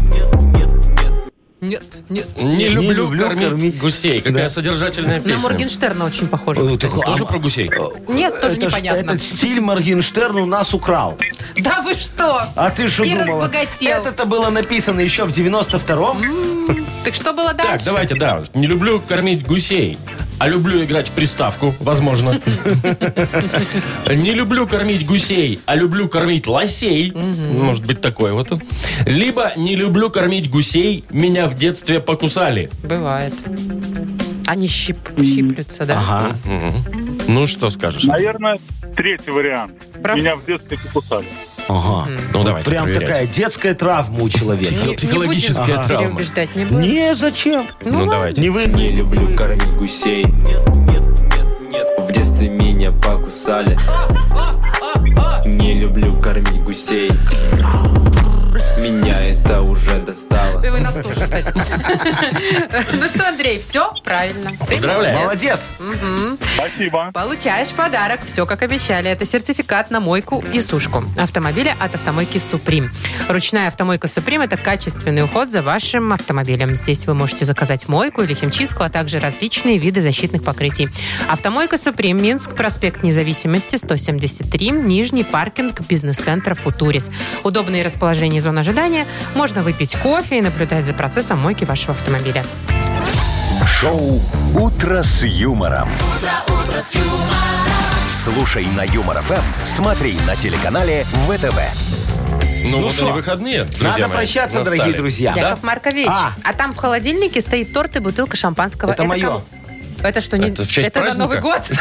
A: Нет, нет.
C: Не люблю,
B: люблю
C: кормить,
B: кормить.
C: гусей. Какая
B: Да.
C: содержательная
A: На
C: песня.
A: Моргенштерна очень похоже,
B: Э,
A: кстати.
B: так,
C: Тоже
B: а,
C: про гусей?
A: Нет, тоже
B: это ж-
A: непонятно.
B: Этот стиль Моргенштерн у нас украл.
A: Да вы что?
B: А ты что
A: И
B: думала?
A: разбогател.
B: Это-то было написано еще в 92-м.
A: Так что было
C: Так,
A: дальше?
C: давайте, да. Не люблю кормить гусей, а люблю играть в приставку, возможно. Не люблю кормить гусей, а люблю кормить лосей. Может быть, такое вот. он. Либо не люблю кормить гусей, меня в детстве покусали.
A: Бывает. Они щип- щиплются, да?
B: Ага.
C: Ну, что скажешь?
H: Наверное, третий вариант.
A: Прав-
H: Меня в детстве покусали.
B: Ага.
C: Ну, давайте
B: Прям
C: проверять.
B: такая детская травма у
A: Не-
B: человека.
A: не
C: психологическая
A: будем
C: травма.
A: переубеждать, не будем.
B: Не, зачем?
C: Ну, давайте.
B: Не вы.
I: Не люблю кормить гусей. Нет, нет, нет, нет. В детстве меня покусали. Не люблю кормить гусей. Меня это уже достало.
A: И вы нас тоже, кстати. Ну что, Андрей, все правильно. Ты
C: Поздравляем.
A: молодец.
B: Молодец.
H: Спасибо.
A: Получаешь подарок. Все, как обещали. Это сертификат на мойку и сушку автомобиля от автомойки «Суприм». Ручная автомойка «Суприм» — это качественный уход за вашим автомобилем. Здесь вы можете заказать мойку или химчистку, а также различные виды защитных покрытий. Автомойка «Суприм», Минск, проспект Независимости, 173, Нижний паркинг бизнес-центра «Футурис». Удобное расположение зон ожидания. Можно выпить кофе и наблюдать за процессом мойки вашего автомобиля.
D: Шоу «Утро с юмором». Слушай на Юмор ФМ, смотри на телеканале ВТВ.
C: Ну,
B: Ну
C: вот
B: шо?
C: они выходные, друзья
B: Надо
C: мои,
B: прощаться,
C: настали.
B: дорогие друзья.
A: Яков Маркович, а.
B: А.
A: там в холодильнике стоит торт и бутылка шампанского.
B: Это моё.
A: кому? Это что, не...
C: Это в честь
A: на
C: праздника?
A: Новый год?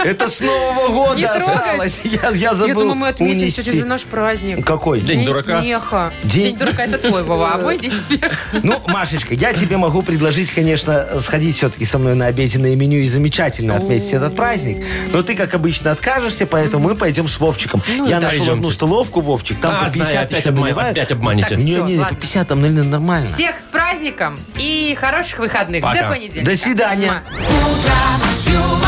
B: Это с Нового года
A: трогать.
B: осталось. Я, я забыл
A: Я думаю, мы отметим
B: унести.
A: сегодня же наш праздник.
B: Какой?
C: День дурака.
A: смеха. День...
B: День-
A: дурака это твой, Вова, а мой день смеха.
B: Ну, Машечка, я тебе могу предложить, конечно, сходить все-таки со мной на обеденное меню и замечательно отметить этот праздник. Но ты, как обычно, откажешься, поэтому мы пойдем с Вовчиком.
A: Ну,
B: Я
C: да,
B: нашел
C: идемте.
B: одну столовку, Вовчик, там по
C: А,
B: 50
C: знаю, опять,
B: еще
C: обман-
B: наливают.
C: опять обманете.
A: Так,
B: Не,
A: Всё,
B: не,
A: ладно.
B: по 50 там, наверное, нормально.
A: Всех с праздником и хороших выходных.
C: Пока.
A: До понедельника.
B: До свидания.
A: Муа.